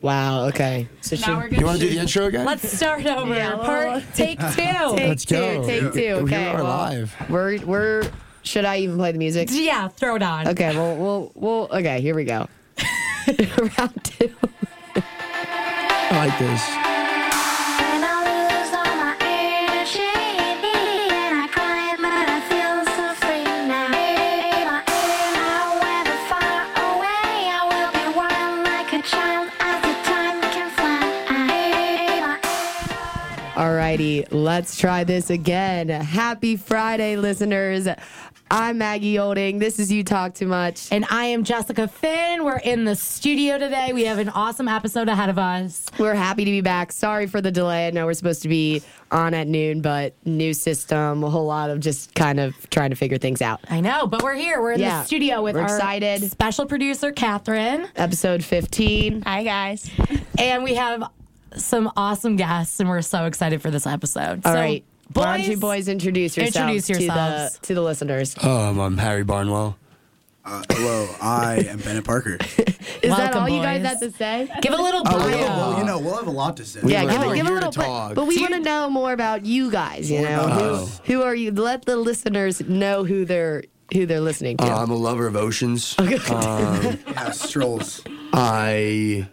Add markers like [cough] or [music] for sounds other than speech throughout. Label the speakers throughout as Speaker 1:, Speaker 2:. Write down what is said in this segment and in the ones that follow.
Speaker 1: Wow. Okay. So she.
Speaker 2: Now we're good.
Speaker 3: You want to do the intro again?
Speaker 4: Let's start over.
Speaker 2: Yeah, well,
Speaker 4: Part [laughs] take two.
Speaker 3: Let's go.
Speaker 1: Take two, take
Speaker 3: We
Speaker 1: two. Okay,
Speaker 3: are
Speaker 1: well-
Speaker 3: live.
Speaker 1: We're we're. Should I even play the [laughs] music?
Speaker 4: yeah, throw it on.
Speaker 1: Okay. Well, we'll we'll. Okay. Here we [laughs] go. Round two.
Speaker 3: I like this.
Speaker 5: Child as the time can fly.
Speaker 1: Alrighty. Let's try this again. Happy Friday, listeners. I'm Maggie Olding. This is you talk too much.
Speaker 4: And I am Jessica Finn. We're in the studio today. We have an awesome episode ahead of us.
Speaker 1: We're happy to be back. Sorry for the delay. I know we're supposed to be on at noon, but new system, a whole lot of just kind of trying to figure things out.
Speaker 4: I know, but we're here. We're in
Speaker 1: Yeah.
Speaker 4: the studio with
Speaker 1: We're
Speaker 4: our
Speaker 1: excited.
Speaker 4: special producer, Catherine.
Speaker 1: Episode 15.
Speaker 2: Hi guys.
Speaker 4: And we have some awesome guests, and we're so excited for this episode.
Speaker 1: All
Speaker 4: so,
Speaker 1: right.
Speaker 4: Boys,
Speaker 1: Why don't you boys introduce yourselves,
Speaker 4: Introduce yourselves.
Speaker 1: To, the, to the listeners.
Speaker 3: Um, I'm Harry Barnwell.
Speaker 6: Uh, hello, I am Bennett Parker.
Speaker 1: Is that
Speaker 4: Welcome,
Speaker 1: all you guys
Speaker 4: boys. Oh,
Speaker 1: have to say?
Speaker 4: give a little bio.
Speaker 6: Well, well, you know, we'll have a lot to say.
Speaker 1: Yeah,
Speaker 3: We're-
Speaker 1: give,
Speaker 3: we're
Speaker 1: it- give a
Speaker 3: here to
Speaker 1: little, but,
Speaker 3: talk.
Speaker 1: but we want to know more about you guys. You know,
Speaker 3: Oh.
Speaker 1: who, who are you? Let the listeners know who they're who they're listening to. [laughs]
Speaker 3: Uh, I'm a lover of oceans. uh,
Speaker 6: Yeah, strolls.
Speaker 3: I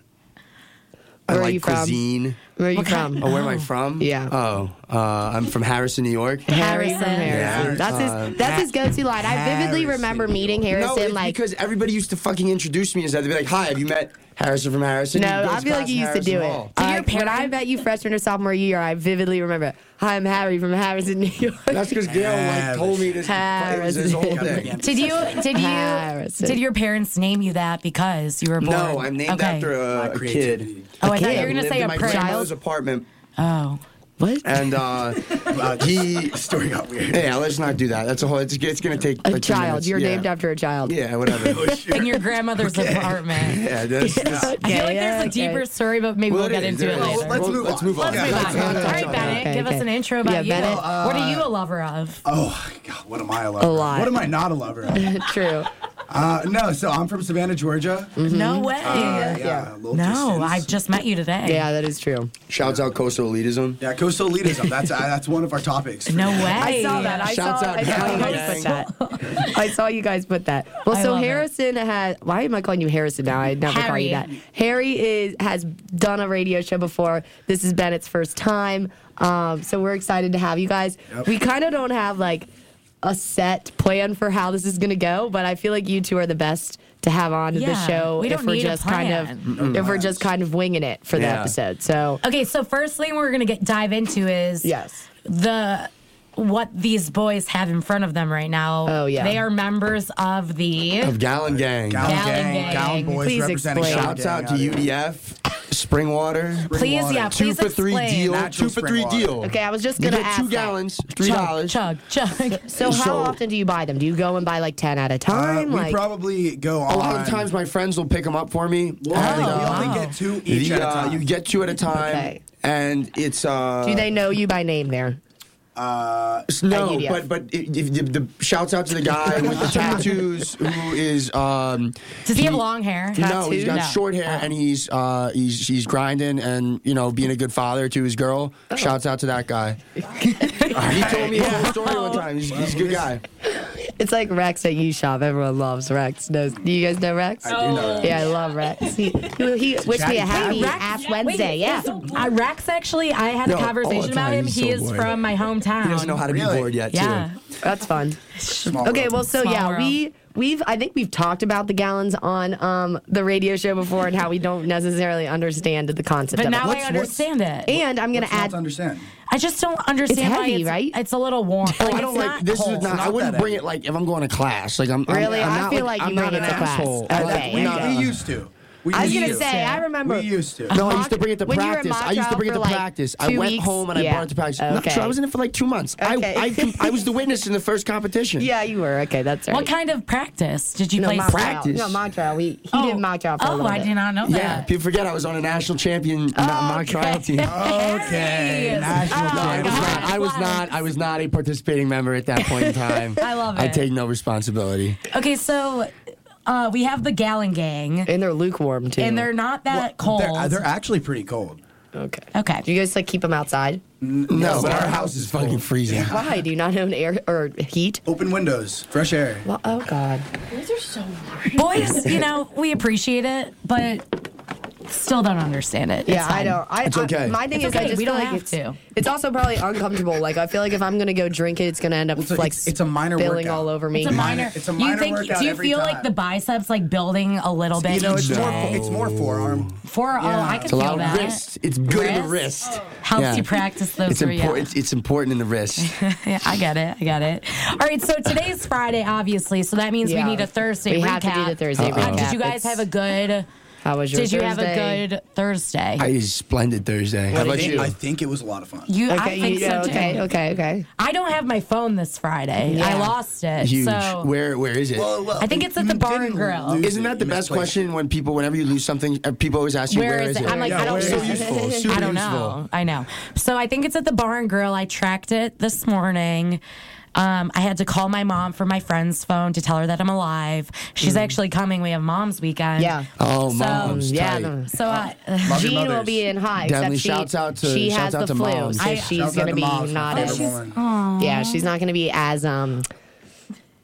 Speaker 3: I
Speaker 1: Where are
Speaker 3: like
Speaker 1: you from?
Speaker 3: cuisine.
Speaker 1: Where are you
Speaker 4: what kind-
Speaker 1: from?
Speaker 3: Oh, where am I from?
Speaker 1: Yeah.
Speaker 3: Oh, uh, I'm from Harrison, New York.
Speaker 1: Harrison.
Speaker 4: Harrison.
Speaker 1: Harrison.
Speaker 3: Yeah.
Speaker 1: That's his. That's his go-to line. I vividly
Speaker 6: Harrison.
Speaker 1: remember meeting
Speaker 3: No,
Speaker 1: Harrison.
Speaker 3: it's
Speaker 1: like,
Speaker 3: because everybody used to fucking introduce me as that. They'd be like, "Hi, have you met Harrison from Harrison?"
Speaker 1: no,
Speaker 3: He goes
Speaker 1: I feel like
Speaker 3: past
Speaker 1: you used to
Speaker 3: Harrison
Speaker 1: do it.
Speaker 3: Hall.
Speaker 4: Did
Speaker 1: Uh,
Speaker 4: your
Speaker 1: when I
Speaker 4: parents-
Speaker 1: met you freshman or sophomore year, I vividly remember. Hi, I'm Harry from Harrison, New York.
Speaker 3: That's because Gail like told me this. It was this whole thing.
Speaker 4: Did you did you
Speaker 1: Harrison.
Speaker 4: did your parents name you that because you were born?
Speaker 3: No, I'm named
Speaker 4: Okay.
Speaker 3: after
Speaker 6: My
Speaker 3: a, a
Speaker 6: creativity.
Speaker 3: kid.
Speaker 4: Oh, I thought
Speaker 1: kid.
Speaker 4: you were gonna
Speaker 3: Lived
Speaker 4: say
Speaker 3: in
Speaker 4: a
Speaker 3: my
Speaker 4: prayer.
Speaker 3: grandmother's apartment,
Speaker 4: Oh,
Speaker 1: What?
Speaker 3: and uh,
Speaker 6: Uh,
Speaker 3: he.
Speaker 6: [laughs] story got weird.
Speaker 3: Yeah, let's not do that. That's a whole. It's, it's gonna take
Speaker 1: A
Speaker 3: like, 10
Speaker 1: child.
Speaker 3: minutes.
Speaker 1: You're
Speaker 3: yeah.
Speaker 1: named after a child.
Speaker 3: Yeah,
Speaker 6: [laughs] Oh,
Speaker 3: whatever.
Speaker 4: in your grandmother's apartment.
Speaker 3: yeah, that's, that's,
Speaker 1: Okay,
Speaker 4: I feel like there's
Speaker 1: yeah,
Speaker 4: a deeper
Speaker 1: okay.
Speaker 4: story, but maybe we'll
Speaker 3: it
Speaker 4: get
Speaker 3: is,
Speaker 4: into it
Speaker 3: is.
Speaker 4: later.
Speaker 6: Let's move
Speaker 3: Let's
Speaker 6: on.
Speaker 3: move on.
Speaker 4: Let's move on. All right, Bennett,
Speaker 1: Okay,
Speaker 4: give us
Speaker 1: okay.
Speaker 4: an intro about
Speaker 1: Yeah,
Speaker 4: you.
Speaker 1: Bennett.
Speaker 4: what are you a lover of?
Speaker 6: Oh, God, what am I a lover? of?
Speaker 1: lot.
Speaker 6: What am I not a
Speaker 1: [laughs]
Speaker 6: lover? of?
Speaker 1: [laughs] True.
Speaker 6: Uh, no, so I'm from Savannah, Georgia.
Speaker 4: No way.
Speaker 6: Uh,
Speaker 1: yeah.
Speaker 6: a little
Speaker 4: Mm-hmm. no,
Speaker 6: distance.
Speaker 4: I just met you today.
Speaker 1: Yeah, that is true.
Speaker 3: Shouts out coastal elitism.
Speaker 6: Yeah, coastal elitism. That's uh, that's one of our topics.
Speaker 4: No way.
Speaker 1: I saw that. I
Speaker 3: Shouts
Speaker 1: saw,
Speaker 3: out
Speaker 1: I saw you
Speaker 3: Kanye
Speaker 1: guys put that. [laughs] I saw you guys put that. Well,
Speaker 4: I
Speaker 1: so
Speaker 4: love it.
Speaker 1: Harrison has. Why am I calling you Harrison now? I never call you that.
Speaker 4: Harry.
Speaker 1: Harry is has done a radio show before. This is Bennett's first time. Um, so we're excited to have you guys.
Speaker 6: Yep.
Speaker 1: We kind of don't have like a set plan for how this is gonna go, but I feel like you two are the best to have on to the
Speaker 4: Yeah,
Speaker 1: show
Speaker 4: we
Speaker 1: if
Speaker 4: don't
Speaker 1: we're
Speaker 4: need a
Speaker 1: just kind of
Speaker 4: plan.
Speaker 1: if we're just kind of winging it for the
Speaker 3: Yeah.
Speaker 1: episode. So
Speaker 4: Okay, so first thing we're gonna get dive into is
Speaker 1: yes.
Speaker 4: the what these boys have in front of them right now.
Speaker 1: Oh, yeah.
Speaker 4: they are members of the.
Speaker 3: Of Gallon Gang.
Speaker 6: Gown
Speaker 4: Gown gang.
Speaker 6: gang, gown boys
Speaker 1: Please
Speaker 6: representing.
Speaker 1: explain.
Speaker 6: Gown
Speaker 3: Shouts out to
Speaker 6: gang here.
Speaker 3: UDF, Springwater.
Speaker 4: Please,
Speaker 6: water.
Speaker 4: yeah,
Speaker 3: Two
Speaker 4: please
Speaker 3: for three
Speaker 4: explain.
Speaker 3: deal.
Speaker 6: Natural
Speaker 3: two for three
Speaker 6: Springwater.
Speaker 3: deal.
Speaker 1: Okay, I was just
Speaker 3: You
Speaker 1: gonna
Speaker 3: get
Speaker 1: ask
Speaker 3: two
Speaker 1: that.
Speaker 3: gallons, three
Speaker 4: Chug,
Speaker 3: dollars.
Speaker 4: chug, chug.
Speaker 1: So how
Speaker 3: So-
Speaker 1: often do you buy them? Do you go and buy like ten at a
Speaker 6: Uh,
Speaker 1: time?
Speaker 6: we
Speaker 1: like,
Speaker 6: probably go on.
Speaker 3: A lot of times, my friends will pick them up for me.
Speaker 6: we
Speaker 3: And,
Speaker 6: only
Speaker 3: uh,
Speaker 4: wow.
Speaker 6: get two each
Speaker 3: the,
Speaker 6: at a
Speaker 3: uh,
Speaker 6: time.
Speaker 3: You get two at a time,
Speaker 1: Okay.
Speaker 3: and it's uh.
Speaker 1: do they know you by name there?
Speaker 3: No,
Speaker 1: UDF.
Speaker 3: but but it, if the, the shouts out to the guy [laughs] with the tattoos who is um
Speaker 4: Does he have long hair?
Speaker 3: no he's got
Speaker 4: No.
Speaker 3: short hair and he's uh he's he's grinding and you know being a good father to his girl. Shouts out to that [laughs] guy. he Oh. told me his whole story one time. He's, he's a good guy.
Speaker 1: It's like Rex at U Shop. Everyone loves Rex. Knows, do you guys know Rex?
Speaker 6: I do know that.
Speaker 1: Yeah, I love Rex. He, he, he wished me
Speaker 6: Chatty
Speaker 1: a happy
Speaker 4: Rex-
Speaker 1: ass
Speaker 4: wait,
Speaker 1: Wednesday. Yeah.
Speaker 4: is- uh, Rex, actually, I had
Speaker 3: No,
Speaker 4: a
Speaker 3: all the
Speaker 4: conversation about
Speaker 3: time,
Speaker 4: him.
Speaker 3: he's
Speaker 4: He
Speaker 3: so
Speaker 4: is
Speaker 3: bored.
Speaker 4: from my hometown.
Speaker 3: He doesn't know how to
Speaker 6: Really?
Speaker 3: be bored yet.
Speaker 4: Yeah.
Speaker 3: Too.
Speaker 1: That's fun.
Speaker 6: Small
Speaker 1: Okay,
Speaker 6: world.
Speaker 1: well, so
Speaker 4: Small
Speaker 1: yeah,
Speaker 4: world.
Speaker 1: we we've I think we've talked about the gallons on um, the radio show before and how we don't necessarily understand the concept
Speaker 4: But
Speaker 1: of
Speaker 4: now
Speaker 1: it.
Speaker 4: I understand it.
Speaker 1: And I'm gonna
Speaker 6: It's not
Speaker 1: add
Speaker 6: to understand.
Speaker 4: I just don't understand. why
Speaker 1: heavy,
Speaker 4: it's,
Speaker 1: right?
Speaker 4: It's a little warm. Like,
Speaker 3: I
Speaker 4: it's
Speaker 3: don't
Speaker 4: not
Speaker 3: [laughs] like this
Speaker 4: cold.
Speaker 3: is not, I
Speaker 6: not
Speaker 3: wouldn't
Speaker 6: that
Speaker 3: bring it like if I'm going to class. Like I'm I'm-
Speaker 1: Really?
Speaker 3: I'm
Speaker 1: I
Speaker 3: not,
Speaker 1: feel like
Speaker 3: I'm
Speaker 1: you
Speaker 3: not
Speaker 1: bring
Speaker 3: an
Speaker 1: it to class.
Speaker 3: asshole.
Speaker 1: Okay,
Speaker 3: Like,
Speaker 1: there
Speaker 6: We,
Speaker 1: you
Speaker 3: no,
Speaker 1: go.
Speaker 6: we used to. We
Speaker 1: I was
Speaker 6: used
Speaker 1: gonna
Speaker 6: to.
Speaker 1: say I remember
Speaker 6: We used to.
Speaker 3: No, I
Speaker 1: mock-
Speaker 3: used to bring it to
Speaker 1: when you were in
Speaker 3: practice.
Speaker 1: mock
Speaker 3: I used to
Speaker 1: trial
Speaker 3: bring it
Speaker 1: for,
Speaker 3: to
Speaker 1: like,
Speaker 3: practice. I
Speaker 1: two
Speaker 3: went
Speaker 1: weeks?
Speaker 3: home and I
Speaker 1: Yeah.
Speaker 3: brought it to practice.
Speaker 1: Okay.
Speaker 3: No, sure, I was in it for like two months.
Speaker 1: Okay.
Speaker 3: I, I, com-
Speaker 1: [laughs]
Speaker 3: I was the witness in the first competition.
Speaker 1: Yeah, you were. Okay, that's right.
Speaker 4: What kind of practice did you
Speaker 1: no,
Speaker 4: play?
Speaker 1: mock
Speaker 4: soccer?
Speaker 1: trial.
Speaker 3: practice?
Speaker 1: No, mock trial. We, he
Speaker 4: Oh.
Speaker 1: did mock trial for a
Speaker 4: Oh,
Speaker 1: little
Speaker 4: I
Speaker 1: bit.
Speaker 4: did not know
Speaker 3: Yeah,
Speaker 4: that.
Speaker 3: people forget I was on a national champion
Speaker 1: Oh,
Speaker 3: not mock
Speaker 1: [laughs]
Speaker 3: trial team. No,
Speaker 6: Okay. National
Speaker 3: I, was not, I was not. I was not
Speaker 1: [laughs]
Speaker 3: a participating member at that point in time.
Speaker 4: I love
Speaker 3: I
Speaker 4: it.
Speaker 3: take no responsibility.
Speaker 4: Okay, so uh, we have the Gallon Gang,
Speaker 1: And they're lukewarm too.
Speaker 4: and they're not that
Speaker 6: Well,
Speaker 4: cold.
Speaker 6: they're- uh, They're, actually pretty cold.
Speaker 1: okay.
Speaker 4: Okay.
Speaker 1: [laughs] Do you guys like keep them outside?
Speaker 3: No, but our house is fucking freezing.
Speaker 1: Why do you not own air or heat?
Speaker 6: Open windows, fresh air.
Speaker 1: Well, oh God.
Speaker 4: Boys, you know, we appreciate it, but still don't understand it.
Speaker 1: Yeah,
Speaker 4: It's
Speaker 1: I
Speaker 4: fine.
Speaker 1: don't. I,
Speaker 3: It's
Speaker 1: I-
Speaker 3: okay.
Speaker 1: my thing
Speaker 4: It's
Speaker 1: is, I
Speaker 4: okay,
Speaker 1: just
Speaker 4: we
Speaker 1: feel
Speaker 4: don't
Speaker 1: like
Speaker 4: have
Speaker 1: it's,
Speaker 4: to.
Speaker 1: it's also probably uncomfortable. Like I feel like if I'm gonna go drink it, it's gonna end up
Speaker 6: Well, it's a-
Speaker 1: like
Speaker 6: it's- it's a minor
Speaker 1: spilling
Speaker 6: workout.
Speaker 1: all over me.
Speaker 4: It's a minor.
Speaker 6: It's a minor
Speaker 4: you think,
Speaker 6: workout
Speaker 4: Do you
Speaker 6: every
Speaker 4: feel
Speaker 6: time.
Speaker 4: like the biceps like building a little bit?
Speaker 6: You know,
Speaker 4: each
Speaker 6: it's more,
Speaker 4: day?
Speaker 6: it's more forearm.
Speaker 4: For oh,
Speaker 6: Yeah.
Speaker 4: I can
Speaker 3: It's a lot
Speaker 4: feel
Speaker 3: of
Speaker 4: that.
Speaker 3: wrist. It's good in the wrist.
Speaker 1: Oh,
Speaker 4: Helps
Speaker 3: Yeah.
Speaker 4: you practice those.
Speaker 3: It's
Speaker 4: for you.
Speaker 3: important. It's important in
Speaker 1: [laughs]
Speaker 3: the wrist.
Speaker 4: Yeah, I get it. I get it. All right, so today's Friday, obviously, so that means
Speaker 1: Yeah.
Speaker 4: we need a Thursday
Speaker 1: We have
Speaker 4: recap.
Speaker 1: to do the Thursday
Speaker 4: Uh,
Speaker 1: recap.
Speaker 4: did you guys
Speaker 1: It's-
Speaker 4: have a good?
Speaker 1: How was your
Speaker 4: Did you have a
Speaker 1: Thursday?
Speaker 4: good Thursday?
Speaker 3: I is splendid Thursday. How
Speaker 1: What
Speaker 3: about
Speaker 1: did
Speaker 3: you?
Speaker 6: I think it was a lot of fun.
Speaker 4: you, I
Speaker 1: Okay,
Speaker 4: think
Speaker 1: you,
Speaker 4: so too.
Speaker 1: okay, okay, okay.
Speaker 4: I don't have my phone this Friday.
Speaker 1: Yeah.
Speaker 4: I lost it.
Speaker 3: Huge.
Speaker 4: So
Speaker 3: where where is it?
Speaker 6: Well, well,
Speaker 4: I think it's at
Speaker 6: you
Speaker 4: the Bar
Speaker 6: didn't
Speaker 4: and Grill.
Speaker 6: lose
Speaker 3: Isn't
Speaker 6: it.
Speaker 3: that the
Speaker 6: You
Speaker 3: best
Speaker 6: misplaced it.
Speaker 3: question when people whenever you lose something, uh, people always ask you
Speaker 4: where is it? I'm like,
Speaker 6: Yeah,
Speaker 4: I don't
Speaker 6: where is
Speaker 4: know.
Speaker 6: it?
Speaker 3: useful. Super
Speaker 4: I don't
Speaker 3: useful.
Speaker 4: know. I know. So I think it's at the Bar and Grill. I tracked it this morning. Um, I had to call my mom from my friend's phone to tell her that I'm alive. She's actually coming. We have Mom's weekend.
Speaker 1: Yeah.
Speaker 3: Oh,
Speaker 4: So-
Speaker 3: mom's
Speaker 1: Yeah.
Speaker 3: tight.
Speaker 1: no.
Speaker 4: So I,
Speaker 6: Love your
Speaker 1: Jean will
Speaker 6: mothers.
Speaker 1: be in high.
Speaker 3: Definitely
Speaker 1: except she,
Speaker 3: shouts out to-
Speaker 1: she
Speaker 3: shouts
Speaker 1: has
Speaker 3: out
Speaker 1: the
Speaker 3: to
Speaker 1: flu,
Speaker 3: moms.
Speaker 1: so
Speaker 4: I-
Speaker 1: she's
Speaker 6: Shouts out
Speaker 1: gonna
Speaker 6: to
Speaker 1: be
Speaker 6: moms for
Speaker 1: not
Speaker 6: finding
Speaker 1: as
Speaker 6: a woman.
Speaker 1: yeah, she's not gonna be as um.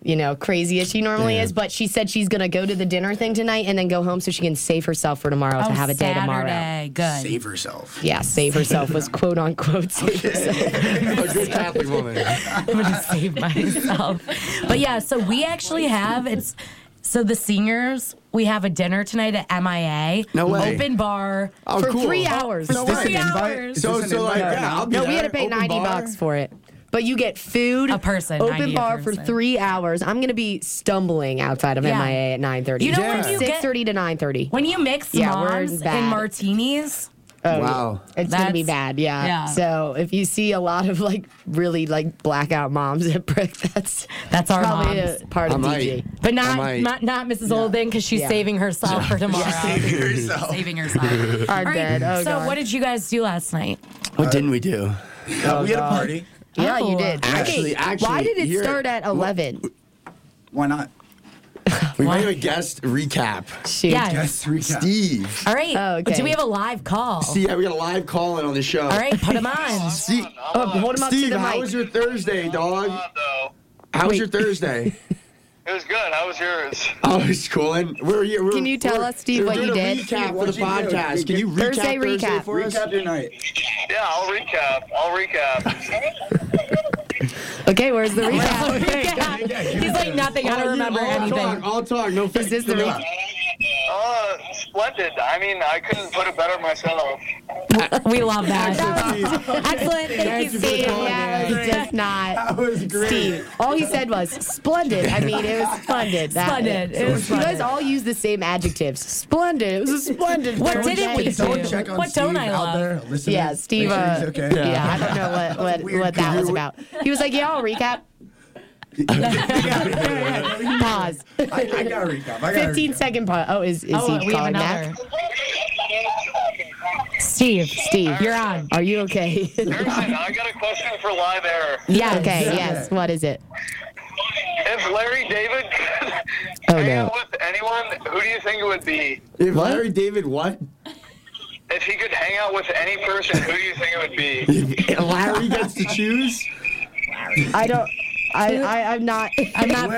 Speaker 1: You know, crazy as she normally
Speaker 3: Yeah.
Speaker 1: is, but she said she's gonna go to the dinner thing tonight and then go home so she can save herself for tomorrow
Speaker 4: oh,
Speaker 1: to have a day tomorrow.
Speaker 4: Saturday. Good.
Speaker 6: Save herself.
Speaker 1: Yeah, save herself was quote unquote save
Speaker 3: [laughs]
Speaker 1: herself.
Speaker 3: a good Catholic woman.
Speaker 4: I'm gonna save myself. But yeah, so we actually have it's so the seniors we have a dinner tonight at MIA.
Speaker 3: No way.
Speaker 4: Open bar.
Speaker 3: Oh,
Speaker 1: For
Speaker 3: cool.
Speaker 1: three hours.
Speaker 3: No
Speaker 4: For
Speaker 3: way.
Speaker 4: three hours.
Speaker 6: Is
Speaker 3: So
Speaker 6: this an
Speaker 3: so like
Speaker 6: invite?
Speaker 3: yeah, I'll be
Speaker 1: No, we had to
Speaker 3: there.
Speaker 1: pay
Speaker 3: Open
Speaker 1: 90
Speaker 3: bar.
Speaker 1: bucks for it. But you get food,
Speaker 4: A person, 90
Speaker 1: open
Speaker 4: a
Speaker 1: bar for
Speaker 4: person.
Speaker 1: three hours. I'm gonna be stumbling outside of
Speaker 4: Yeah.
Speaker 1: MIA at 9:30.
Speaker 4: You know when Yeah. you get-
Speaker 1: 6:30 to 9:30.
Speaker 4: When you mix
Speaker 1: Yeah, we're
Speaker 4: moms
Speaker 1: bad.
Speaker 4: and martinis,
Speaker 1: um,
Speaker 3: Wow.
Speaker 1: It's gonna be
Speaker 4: That's-
Speaker 1: bad, yeah.
Speaker 4: yeah.
Speaker 1: So if you see a lot of like really like blackout moms at Brick, that's
Speaker 4: That's our
Speaker 1: probably
Speaker 4: moms.
Speaker 1: a part
Speaker 3: I
Speaker 1: of
Speaker 3: might.
Speaker 1: DG.
Speaker 4: but not
Speaker 3: might-
Speaker 4: not, not Mrs. Olden because she's
Speaker 1: Yeah.
Speaker 4: saving herself for tomorrow.
Speaker 6: [laughs]
Speaker 4: [laughs]
Speaker 6: Save herself.
Speaker 4: Saving herself.
Speaker 1: [laughs] Are
Speaker 4: All right,
Speaker 1: dead. Oh,
Speaker 4: so
Speaker 1: God.
Speaker 4: what did you guys do last night?
Speaker 3: What didn't we do?
Speaker 6: Uh, we had a party.
Speaker 1: yeah, you
Speaker 4: Oh.
Speaker 1: did.
Speaker 3: Actually-
Speaker 1: okay,
Speaker 3: actually,
Speaker 1: why did it
Speaker 3: you're-
Speaker 1: start at 11?
Speaker 6: Why not?
Speaker 3: We might have a guest recap.
Speaker 1: Shoot.
Speaker 4: Yeah.
Speaker 6: Yes, recap.
Speaker 3: Steve.
Speaker 4: All right.
Speaker 1: Oh,
Speaker 4: Do we
Speaker 1: okay.
Speaker 4: have a live call?
Speaker 3: See, yeah, we got a live call in on the show.
Speaker 4: All right, put them on. [laughs]
Speaker 3: Steve,
Speaker 1: Oh, hold him up
Speaker 3: Steve
Speaker 1: to the
Speaker 3: how
Speaker 1: mic.
Speaker 3: was your Thursday, dog?
Speaker 2: Uh, though.
Speaker 3: How was your Thursday?
Speaker 1: [laughs]
Speaker 2: It was good. How was yours?
Speaker 3: Oh, it's cool. And where are you? we're-
Speaker 1: Can you tell
Speaker 3: we're-
Speaker 1: us, Steve,
Speaker 3: we're
Speaker 1: what
Speaker 3: doing
Speaker 1: you
Speaker 3: a
Speaker 1: did?
Speaker 3: Recap for
Speaker 6: What
Speaker 3: the
Speaker 6: you did.
Speaker 3: podcast. Can you recap
Speaker 1: Thursday recap.
Speaker 3: for us?
Speaker 6: Recap your night.
Speaker 2: Yeah, I'll recap. I'll recap.
Speaker 1: Okay, where's the recap?
Speaker 4: Oh, Yeah. He's like nothing. I
Speaker 3: All
Speaker 4: don't
Speaker 3: Oh, you-
Speaker 4: remember
Speaker 3: all
Speaker 4: anything.
Speaker 3: Talk, all talk. No
Speaker 1: Is this
Speaker 3: fake
Speaker 1: the
Speaker 3: shit.
Speaker 1: recap?
Speaker 2: uh, splendid. I mean, I couldn't put it better myself.
Speaker 4: [laughs] We love that. [laughs] Excellent. Thank you,
Speaker 1: Steve,
Speaker 4: Steve.
Speaker 1: that was just not.
Speaker 6: That was great.
Speaker 1: Steve, all he said was splendid. I mean, it was splendid. That-
Speaker 4: Splendid. It was
Speaker 1: You guys
Speaker 4: splendid.
Speaker 1: all use the same adjectives. Splendid. It was a splendid.
Speaker 4: What
Speaker 1: Thursday.
Speaker 4: didn't we
Speaker 6: Someone
Speaker 4: do?
Speaker 6: check on
Speaker 4: What
Speaker 6: Steve
Speaker 4: don't I
Speaker 6: out
Speaker 4: love?
Speaker 6: there, listeners.
Speaker 1: Yeah, Steve.
Speaker 6: Make sure
Speaker 1: Uh,
Speaker 6: he's okay.
Speaker 1: Yeah. I don't know what what,
Speaker 6: weird
Speaker 1: what that was
Speaker 6: dude.
Speaker 1: about. He was like, "Yeah, I'll recap." Pause.
Speaker 6: I, I got a recap. I got a
Speaker 1: Fifteen
Speaker 6: recap.
Speaker 1: second pause. Oh, is is
Speaker 4: Oh,
Speaker 1: he
Speaker 4: we have
Speaker 1: calling
Speaker 4: another.
Speaker 1: back?
Speaker 4: [laughs] Steve,
Speaker 1: Steve,
Speaker 4: you're on.
Speaker 1: Are you okay? [laughs]
Speaker 2: Harrison, I got a question for live air.
Speaker 4: Yeah.
Speaker 1: okay. Yes. What is it?
Speaker 2: If Larry David
Speaker 1: Oh,
Speaker 2: could hang
Speaker 1: no.
Speaker 2: out with anyone, who do you think it would be?
Speaker 3: If Larry David what?
Speaker 2: If he could hang out with any person, who do you think it
Speaker 4: [laughs]
Speaker 2: would be?
Speaker 3: If Larry gets to choose.
Speaker 1: I don't. I, I I'm not.
Speaker 4: I'm not
Speaker 6: Wait.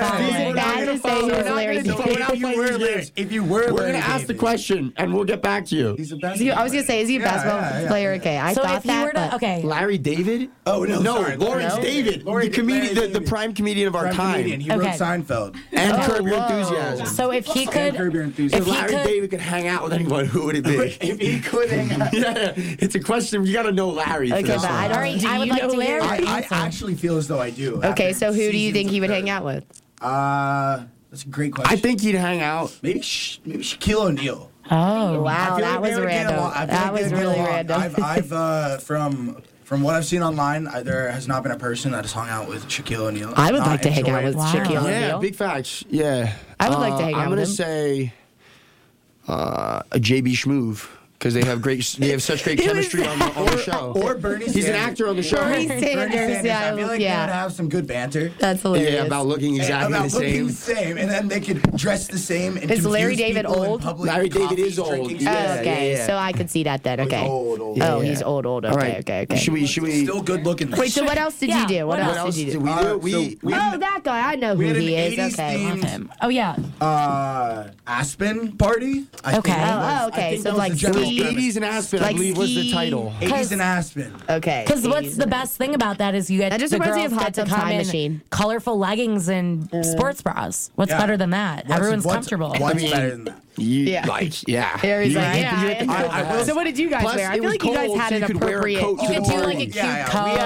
Speaker 1: Bad
Speaker 4: following.
Speaker 3: not gonna
Speaker 1: to say
Speaker 3: follow-
Speaker 1: it was
Speaker 3: we're not
Speaker 1: Larry David.
Speaker 3: gonna throw it out
Speaker 6: If you
Speaker 3: like
Speaker 6: were
Speaker 3: these
Speaker 6: Larry,
Speaker 3: games.
Speaker 6: if you were,
Speaker 3: [laughs] We're
Speaker 6: Larry
Speaker 3: gonna ask the
Speaker 6: David,
Speaker 3: question and we'll get back to you.
Speaker 6: He's the best.
Speaker 1: I was gonna say, is he a
Speaker 6: Yeah,
Speaker 1: basketball
Speaker 6: yeah, yeah.
Speaker 1: player? Okay, I
Speaker 4: So
Speaker 1: thought
Speaker 4: if
Speaker 1: that.
Speaker 4: you were
Speaker 1: but
Speaker 4: to, okay,
Speaker 3: Larry David?
Speaker 6: Oh, no,
Speaker 3: no,
Speaker 6: sorry.
Speaker 3: Lawrence
Speaker 6: No.
Speaker 3: David,
Speaker 6: Lawrence-
Speaker 3: the comedian,
Speaker 6: Larry
Speaker 3: the, the
Speaker 6: David.
Speaker 3: prime comedian of our
Speaker 6: Prime
Speaker 3: time,
Speaker 6: comedian. He
Speaker 4: Okay.
Speaker 6: wrote Seinfeld.
Speaker 3: and
Speaker 1: Oh,
Speaker 3: Curb Your
Speaker 1: whoa.
Speaker 3: Enthusiasm.
Speaker 4: so if he
Speaker 6: And Curb Your
Speaker 4: could, if
Speaker 6: Enthusiasm.
Speaker 3: if
Speaker 4: he
Speaker 3: Larry
Speaker 4: could-
Speaker 3: David could hang out with anyone, who would it
Speaker 6: [laughs]
Speaker 3: be? [laughs]
Speaker 6: if he could hang [laughs] out.
Speaker 3: yeah, it's a question. You got to know Larry.
Speaker 1: Okay,
Speaker 3: for this
Speaker 1: but I
Speaker 3: one.
Speaker 1: don't.
Speaker 4: All right,
Speaker 1: do
Speaker 4: I would
Speaker 1: you
Speaker 4: like
Speaker 1: know
Speaker 4: to hear
Speaker 1: Larry?
Speaker 4: that.
Speaker 6: I, I actually feel as though I do.
Speaker 1: Okay,
Speaker 6: after
Speaker 1: so who do you
Speaker 6: seasons
Speaker 1: think he
Speaker 6: of
Speaker 1: would
Speaker 6: Curb.
Speaker 1: hang out with?
Speaker 6: Uh, that's a great question.
Speaker 3: I think he'd hang out.
Speaker 6: maybe Sh- maybe Shaquille O'Neal.
Speaker 4: oh wow,
Speaker 1: Wow,
Speaker 6: I feel
Speaker 1: that
Speaker 6: like
Speaker 1: was
Speaker 6: they would get
Speaker 1: random.
Speaker 6: along. I feel
Speaker 1: That
Speaker 6: like they
Speaker 1: was
Speaker 6: would get
Speaker 1: really
Speaker 6: along.
Speaker 1: random.
Speaker 6: I've, I've uh, from from what I've seen online, I, there has not been a person that has hung out with Shaquille O'Neal.
Speaker 1: I would
Speaker 6: Not
Speaker 1: like to hang out with
Speaker 6: enjoyed-
Speaker 4: Wow.
Speaker 1: Shaquille
Speaker 3: yeah,
Speaker 1: O'Neal.
Speaker 3: big facts. Yeah, Uh,
Speaker 1: I would like to hang
Speaker 3: I'm
Speaker 1: out
Speaker 3: gonna
Speaker 1: with him.
Speaker 3: say uh, a JB Schmoove. because they have great. They have such great
Speaker 1: [laughs] He was-
Speaker 3: chemistry on the, on
Speaker 1: [laughs]
Speaker 3: the show.
Speaker 6: Or Bernie
Speaker 3: He's an
Speaker 6: Sanders.
Speaker 3: actor on the show.
Speaker 1: Bernie
Speaker 3: Yeah,
Speaker 1: Sanders, yeah,
Speaker 6: I feel like uh,
Speaker 1: yeah.
Speaker 6: they would have some good banter.
Speaker 1: That's hilarious.
Speaker 3: about looking exactly
Speaker 6: about
Speaker 3: the same.
Speaker 6: looking the same, and then they could dress the same. And
Speaker 1: Is Larry
Speaker 6: confuse
Speaker 1: David
Speaker 6: people in
Speaker 1: old?
Speaker 6: public
Speaker 3: Larry David
Speaker 6: coffee
Speaker 3: is old.
Speaker 6: drinking
Speaker 1: Oh,
Speaker 3: Yeah,
Speaker 6: sessions.
Speaker 1: okay,
Speaker 3: yeah, yeah.
Speaker 1: so I could see that then. Okay.
Speaker 6: old, old.
Speaker 1: oh,
Speaker 3: yeah.
Speaker 1: he's old, old. Okay,
Speaker 3: All right.
Speaker 1: okay, okay.
Speaker 3: Should we? Should we?
Speaker 6: Still good looking.
Speaker 1: Wait, so what else did you
Speaker 4: Yeah,
Speaker 1: do? What,
Speaker 4: what
Speaker 1: else,
Speaker 3: what else
Speaker 1: did you do?
Speaker 3: did we
Speaker 6: Uh,
Speaker 3: do? We,
Speaker 6: so
Speaker 3: we
Speaker 1: oh, that guy. I know
Speaker 6: we
Speaker 1: who
Speaker 6: had an
Speaker 1: he is.
Speaker 6: 80s
Speaker 1: Okay.
Speaker 6: theme.
Speaker 4: Love him. Oh yeah.
Speaker 6: uh, Aspen party. I
Speaker 4: Okay.
Speaker 6: Think
Speaker 4: Oh,
Speaker 6: was-
Speaker 1: oh,
Speaker 6: I
Speaker 1: okay,
Speaker 6: think
Speaker 1: so
Speaker 6: that was
Speaker 1: like
Speaker 6: the general
Speaker 1: ski-
Speaker 6: premise.
Speaker 3: 80s in Aspen,
Speaker 1: Like
Speaker 3: I believe, was the
Speaker 1: ski-
Speaker 3: title.
Speaker 6: 80s in Aspen.
Speaker 1: Okay.
Speaker 4: Because what's the
Speaker 1: 80s.
Speaker 4: best thing about that is you get
Speaker 1: That just
Speaker 4: the
Speaker 1: reminds
Speaker 4: girls
Speaker 1: me of Hot
Speaker 4: get to
Speaker 1: Tub
Speaker 4: come
Speaker 1: Time
Speaker 4: in
Speaker 1: Machine.
Speaker 4: colorful leggings and sports bras. What's
Speaker 6: Yeah.
Speaker 4: better than that?
Speaker 6: What's-
Speaker 4: Everyone's
Speaker 6: what's-
Speaker 4: comfortable.
Speaker 6: What's
Speaker 3: I mean-
Speaker 6: better than that?
Speaker 3: You,
Speaker 1: Yeah.
Speaker 3: Like, yeah.
Speaker 1: There he's
Speaker 3: You-
Speaker 1: like,
Speaker 3: you-
Speaker 1: yeah,
Speaker 3: you-
Speaker 1: yeah.
Speaker 3: I- I-
Speaker 1: So what did you guys
Speaker 3: Plus,
Speaker 1: wear? I
Speaker 3: it
Speaker 1: feel
Speaker 3: was
Speaker 1: like you guys
Speaker 3: cold,
Speaker 1: had
Speaker 3: so
Speaker 1: an
Speaker 3: you could wear a
Speaker 1: appropriate-
Speaker 3: coat
Speaker 1: You
Speaker 3: to
Speaker 4: could do,
Speaker 3: the
Speaker 4: like, a
Speaker 3: morning.
Speaker 4: cute
Speaker 6: We had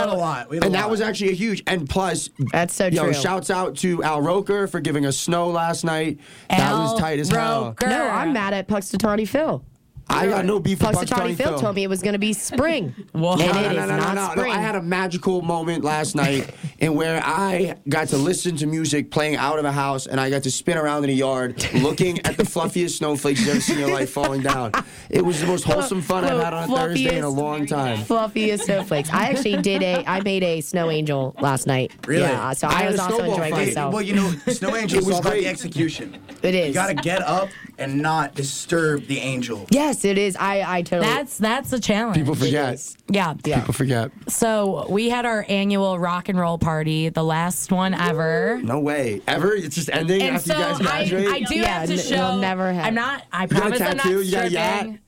Speaker 6: a
Speaker 4: coat.
Speaker 6: lot. We had a
Speaker 3: And that
Speaker 6: lot.
Speaker 3: was actually a huge. And plus,
Speaker 1: That's so
Speaker 3: yo,
Speaker 1: true.
Speaker 3: Shouts out to Al Roker for giving us snow last night. that
Speaker 4: Al
Speaker 3: was tight as hell.
Speaker 4: Roker.
Speaker 1: No, I'm mad at Puxatawny
Speaker 3: [laughs]
Speaker 1: Phil.
Speaker 3: I got no beef with
Speaker 1: Puxatawny
Speaker 3: Buckshotty
Speaker 1: Phil
Speaker 3: Phil.
Speaker 1: told me it was going to be spring.
Speaker 3: [laughs]
Speaker 4: Whoa.
Speaker 1: And it is
Speaker 4: No,
Speaker 3: No, no, no, no,
Speaker 1: not
Speaker 3: no, no.
Speaker 1: spring.
Speaker 3: I had a magical moment last night [laughs] in where I got to listen to music playing out of a house and I got to spin around in a yard looking at the fluffiest snowflakes you've ever seen in your life falling down. It was the most wholesome fun I've had on a Thursday in a
Speaker 1: Fluffiest-
Speaker 3: long time.
Speaker 1: Fluffiest snowflakes. I actually did a. I made a snow angel last night.
Speaker 6: Really?
Speaker 1: Yeah. So I,
Speaker 3: I had
Speaker 1: was
Speaker 3: a
Speaker 1: also
Speaker 3: snowball
Speaker 1: enjoying
Speaker 3: fight.
Speaker 1: myself.
Speaker 6: Well, you know, Snow
Speaker 3: [laughs]
Speaker 6: Angel
Speaker 3: It
Speaker 6: is
Speaker 3: was
Speaker 6: all about
Speaker 3: great.
Speaker 6: the execution.
Speaker 1: It
Speaker 6: You
Speaker 1: is.
Speaker 6: gotta get up and not disturb the angel.
Speaker 1: yes, it is. I. I totally.
Speaker 4: [laughs] That's that's a challenge.
Speaker 3: People forget.
Speaker 1: Yes.
Speaker 4: yeah.
Speaker 1: Yeah.
Speaker 3: People forget.
Speaker 4: So we had our annual rock and roll party, the last one ever.
Speaker 3: No way. Ever? It's just ending
Speaker 4: And
Speaker 3: after
Speaker 4: so
Speaker 3: you guys
Speaker 4: I,
Speaker 3: graduate?
Speaker 4: I do
Speaker 1: Yeah,
Speaker 4: have to
Speaker 1: n-
Speaker 4: show.
Speaker 1: it'll never happen.
Speaker 4: I'm not. I
Speaker 3: got a
Speaker 4: promise I'm not
Speaker 3: tattoo? You got a yacht?
Speaker 4: stripping.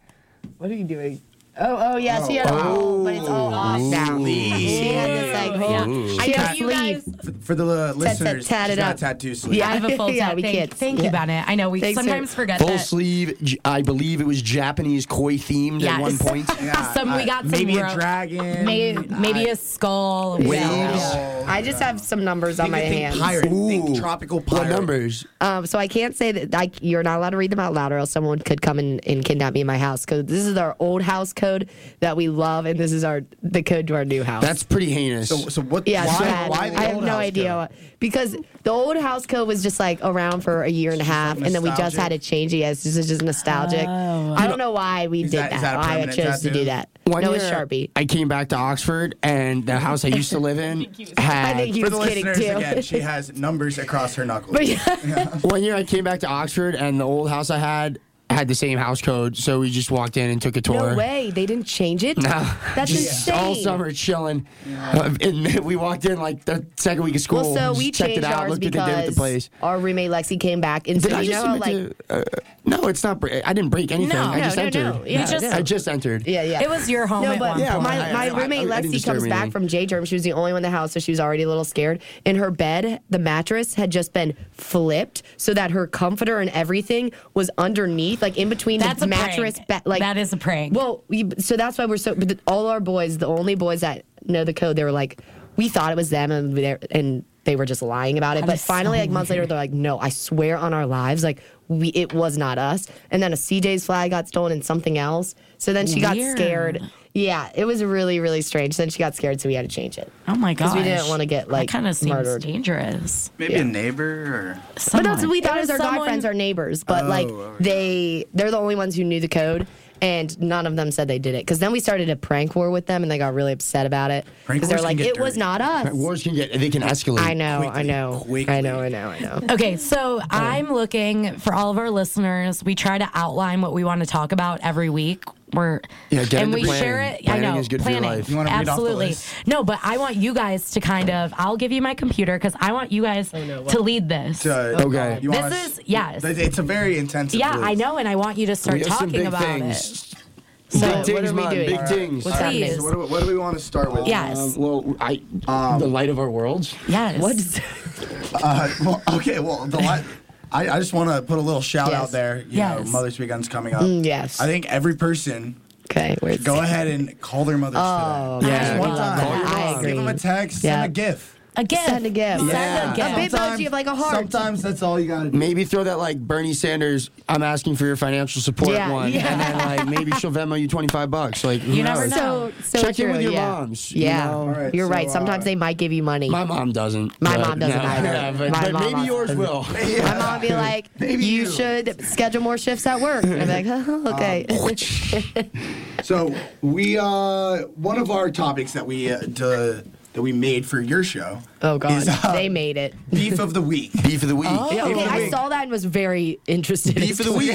Speaker 1: What are you doing? Oh, oh yeah, she had a hole, but it's all off now. She had this like
Speaker 4: Yeah.
Speaker 1: hole.
Speaker 4: I
Speaker 1: She
Speaker 4: know
Speaker 1: had a
Speaker 4: you guys.
Speaker 1: sleeve.
Speaker 6: For the uh, listeners,
Speaker 1: tat
Speaker 6: she's
Speaker 1: it
Speaker 6: got
Speaker 1: up.
Speaker 6: a tattoo sleeve.
Speaker 1: Yeah,
Speaker 4: I have a
Speaker 1: [laughs]
Speaker 4: full
Speaker 1: yeah,
Speaker 4: tattoo.
Speaker 1: we
Speaker 4: Thank,
Speaker 1: kids.
Speaker 4: thank you,
Speaker 1: Yeah.
Speaker 4: Bonnette. I know we
Speaker 1: Thanks, sir.
Speaker 4: sometimes forget
Speaker 3: Full
Speaker 4: that.
Speaker 3: sleeve. j- I believe it was Japanese koi themed at one
Speaker 4: Yes.
Speaker 3: point.
Speaker 6: Yeah,
Speaker 4: Some- we got some
Speaker 6: maybe
Speaker 4: ro-
Speaker 6: a dragon. Oh,
Speaker 4: Maybe, maybe a skull.
Speaker 3: Waves.
Speaker 1: I just have some numbers on my
Speaker 6: think
Speaker 1: hands.
Speaker 6: pirate. Think
Speaker 3: Ooh.
Speaker 6: tropical pirate.
Speaker 3: What numbers?
Speaker 1: Um, so I can't say that I, you're not allowed to read them out loud, or else someone could come and, and kidnap me in my house. Because this is our old house code that we love, and this is our the code to our new house.
Speaker 3: That's pretty heinous.
Speaker 6: So, so what?
Speaker 1: yeah, it's
Speaker 6: why,
Speaker 1: bad.
Speaker 6: why the
Speaker 1: I have
Speaker 6: old
Speaker 1: no
Speaker 6: house
Speaker 1: idea
Speaker 6: code?
Speaker 1: what- because the old house code was just like around for a year and a half, and then we just
Speaker 6: nostalgic.
Speaker 1: had to change it. Yes, this is just nostalgic. I don't know why we did
Speaker 6: that-
Speaker 1: that.
Speaker 6: is that a
Speaker 1: why I
Speaker 6: permanent
Speaker 1: chose to do
Speaker 6: tattoo?
Speaker 1: that.
Speaker 3: One
Speaker 1: no,
Speaker 3: year,
Speaker 1: it's Sharpie.
Speaker 3: I came back to Oxford, and the house I used to live in
Speaker 1: [laughs] I
Speaker 3: had.
Speaker 1: think he
Speaker 6: For
Speaker 1: was
Speaker 6: the
Speaker 1: kidding
Speaker 6: listeners,
Speaker 1: too.
Speaker 6: again, she has numbers across her
Speaker 1: [laughs]
Speaker 6: knuckles.
Speaker 1: But yeah.
Speaker 3: One year, I came back to Oxford, and the old house I had had the same house code, so we just walked in and took a tour.
Speaker 1: No way. They didn't change it? No.
Speaker 6: [laughs]
Speaker 1: That's
Speaker 3: Just
Speaker 1: insane.
Speaker 3: all summer chilling, Uh, and [laughs] we walked in like the second week of school.
Speaker 1: Well, so we
Speaker 3: just checked
Speaker 1: changed
Speaker 3: it out,
Speaker 1: ours
Speaker 3: looked what they did with
Speaker 1: because
Speaker 3: the place.
Speaker 1: our roommate Lexi came back and
Speaker 3: Did
Speaker 1: said,
Speaker 3: I
Speaker 1: you
Speaker 3: just
Speaker 1: know, how,
Speaker 3: submit
Speaker 1: like,
Speaker 3: to? Uh, no, it's not. Bre- I didn't break anything.
Speaker 4: No,
Speaker 3: I
Speaker 4: no,
Speaker 3: just
Speaker 1: no,
Speaker 3: entered.
Speaker 1: no. Yeah,
Speaker 4: You just-
Speaker 3: I just entered.
Speaker 1: yeah, yeah.
Speaker 4: It was your home
Speaker 1: no,
Speaker 4: at
Speaker 1: but
Speaker 4: one
Speaker 3: Yeah,
Speaker 4: point.
Speaker 1: my,
Speaker 3: I-
Speaker 1: my
Speaker 3: I- I-
Speaker 1: roommate
Speaker 3: I didn't
Speaker 1: Lexi
Speaker 3: disturb
Speaker 1: comes back
Speaker 3: anything.
Speaker 1: from J Germ. She was the only one in the house, so she was already a little scared. And her bed, the mattress had just been flipped so that her comforter and everything was underneath, like in between
Speaker 4: That's
Speaker 1: the
Speaker 4: a
Speaker 1: mattress.
Speaker 4: prank.
Speaker 1: Be- like
Speaker 4: That is a prank.
Speaker 1: Well, we, so that's why we're so. But the, all our boys, the only boys that know the code, they were like, we thought it was them, and they and they were just lying about it.
Speaker 4: That
Speaker 1: but
Speaker 4: is so
Speaker 1: finally, like months later, they're like, no, I swear on our lives, like we it was not us. And then a CJ's flag got stolen and something else. So then she got
Speaker 4: Weird.
Speaker 1: scared. Yeah, it was really really strange. Then she got scared, so we had to change it.
Speaker 4: Oh my gosh.
Speaker 1: we didn't wanna get, like,
Speaker 4: that kind of
Speaker 1: murdered.
Speaker 4: seems dangerous.
Speaker 6: Maybe a neighbor or
Speaker 1: But
Speaker 4: Someone.
Speaker 1: that's what we thought
Speaker 4: It
Speaker 1: as our
Speaker 4: someone-
Speaker 1: guy friends, our neighbors. But
Speaker 3: Oh,
Speaker 1: like they, they're the only ones who knew the code, and none of them said they did it. Because then we started a prank war with them, and they got really upset about it
Speaker 6: Prank
Speaker 1: because they're
Speaker 6: wars can
Speaker 1: like,
Speaker 6: get
Speaker 1: "It was
Speaker 6: dirty.
Speaker 1: not us."
Speaker 3: Wars can get. They can escalate.
Speaker 1: I know, I know,
Speaker 6: quickly.
Speaker 1: I know, I know, I know.
Speaker 4: Okay, so I'm looking for all of our listeners. We try to outline what we want to talk about every week. We're
Speaker 3: Yeah, get
Speaker 4: and
Speaker 3: into
Speaker 4: we
Speaker 3: planning.
Speaker 4: share it. I
Speaker 3: Planning
Speaker 4: know
Speaker 3: is good for your
Speaker 4: planning.
Speaker 3: life.
Speaker 6: You wanna read off the
Speaker 4: Absolutely.
Speaker 6: list?
Speaker 4: No, but I want you guys to kind of. I'll give you my computer because I want you guys to lead this.
Speaker 3: uh,
Speaker 6: to,
Speaker 3: Okay.
Speaker 6: You want
Speaker 4: This
Speaker 6: us-
Speaker 4: is- yes.
Speaker 6: Th- It's a very intense.
Speaker 4: yeah,
Speaker 6: quiz.
Speaker 4: I know, and I want you to start
Speaker 3: We have some
Speaker 4: talking
Speaker 3: big
Speaker 4: about it.
Speaker 3: things.
Speaker 1: So
Speaker 3: [laughs] Big
Speaker 1: what
Speaker 3: things,
Speaker 1: are we
Speaker 3: man.
Speaker 1: doing?
Speaker 3: Big things.
Speaker 1: What's
Speaker 4: Alright.
Speaker 1: happening?
Speaker 6: So what, do, we- what do we want to start with?
Speaker 4: Yes.
Speaker 3: Um, well, I the light of our worlds.
Speaker 4: Yes.
Speaker 1: What is-
Speaker 6: Uh, well, [laughs] okay. Well, the li- I, I just want to put a little shout
Speaker 1: Yes. Mm,
Speaker 6: out there. You
Speaker 4: Yes.
Speaker 6: know, Mother's Weekend's coming up.
Speaker 1: yes.
Speaker 6: I think every person
Speaker 1: okay, where's
Speaker 6: go ahead and call their mothers
Speaker 1: Oh,
Speaker 6: today.
Speaker 1: yeah,
Speaker 6: Just
Speaker 1: we
Speaker 6: one
Speaker 1: love
Speaker 6: time.
Speaker 1: that. I
Speaker 6: Give them a
Speaker 1: agree.
Speaker 6: text.
Speaker 1: Yeah.
Speaker 6: Send a gift.
Speaker 4: a gift.
Speaker 1: Send a gift.
Speaker 3: Yeah.
Speaker 4: Send a
Speaker 3: A
Speaker 1: big
Speaker 4: gift.
Speaker 1: emoji of like a heart.
Speaker 6: Sometimes that's all you gotta do.
Speaker 3: Maybe throw that like Bernie Sanders, I'm asking for your financial support
Speaker 1: Yeah,
Speaker 3: one,
Speaker 1: yeah.
Speaker 3: and then like maybe she'll Venmo you 25 bucks. Like who
Speaker 4: You never
Speaker 3: knows?
Speaker 4: know.
Speaker 1: So, so
Speaker 3: Check in
Speaker 1: true,
Speaker 3: with your
Speaker 1: yeah.
Speaker 3: moms, you
Speaker 1: Yeah,
Speaker 3: know?
Speaker 1: you
Speaker 3: All
Speaker 6: right,
Speaker 1: are
Speaker 6: so,
Speaker 1: right.
Speaker 6: uh,
Speaker 1: Sometimes they might give you money.
Speaker 3: My
Speaker 1: My,
Speaker 3: mom doesn't.
Speaker 1: My
Speaker 3: but-
Speaker 1: mom doesn't
Speaker 3: no,
Speaker 1: either.
Speaker 3: yeah, but,
Speaker 1: My
Speaker 3: but
Speaker 1: mom
Speaker 3: maybe
Speaker 1: also
Speaker 3: yours
Speaker 1: doesn't.
Speaker 3: will.
Speaker 1: mom
Speaker 6: [laughs]
Speaker 1: would be like,
Speaker 6: Maybe
Speaker 1: you,
Speaker 6: you."
Speaker 1: should schedule more shifts at work. And I'd be like, [laughs] oh, okay.
Speaker 6: Um,
Speaker 3: [laughs]
Speaker 6: So we uh one of our topics that we uh, d- that we made for your show.
Speaker 1: oh God,
Speaker 6: is, uh,
Speaker 1: they made it.
Speaker 6: beef of the week.
Speaker 3: beef of the week.
Speaker 1: Yeah,
Speaker 6: Beef of
Speaker 1: Oh, okay,
Speaker 6: the
Speaker 1: I
Speaker 6: week.
Speaker 1: saw that and was very interested.
Speaker 3: Beef of the week.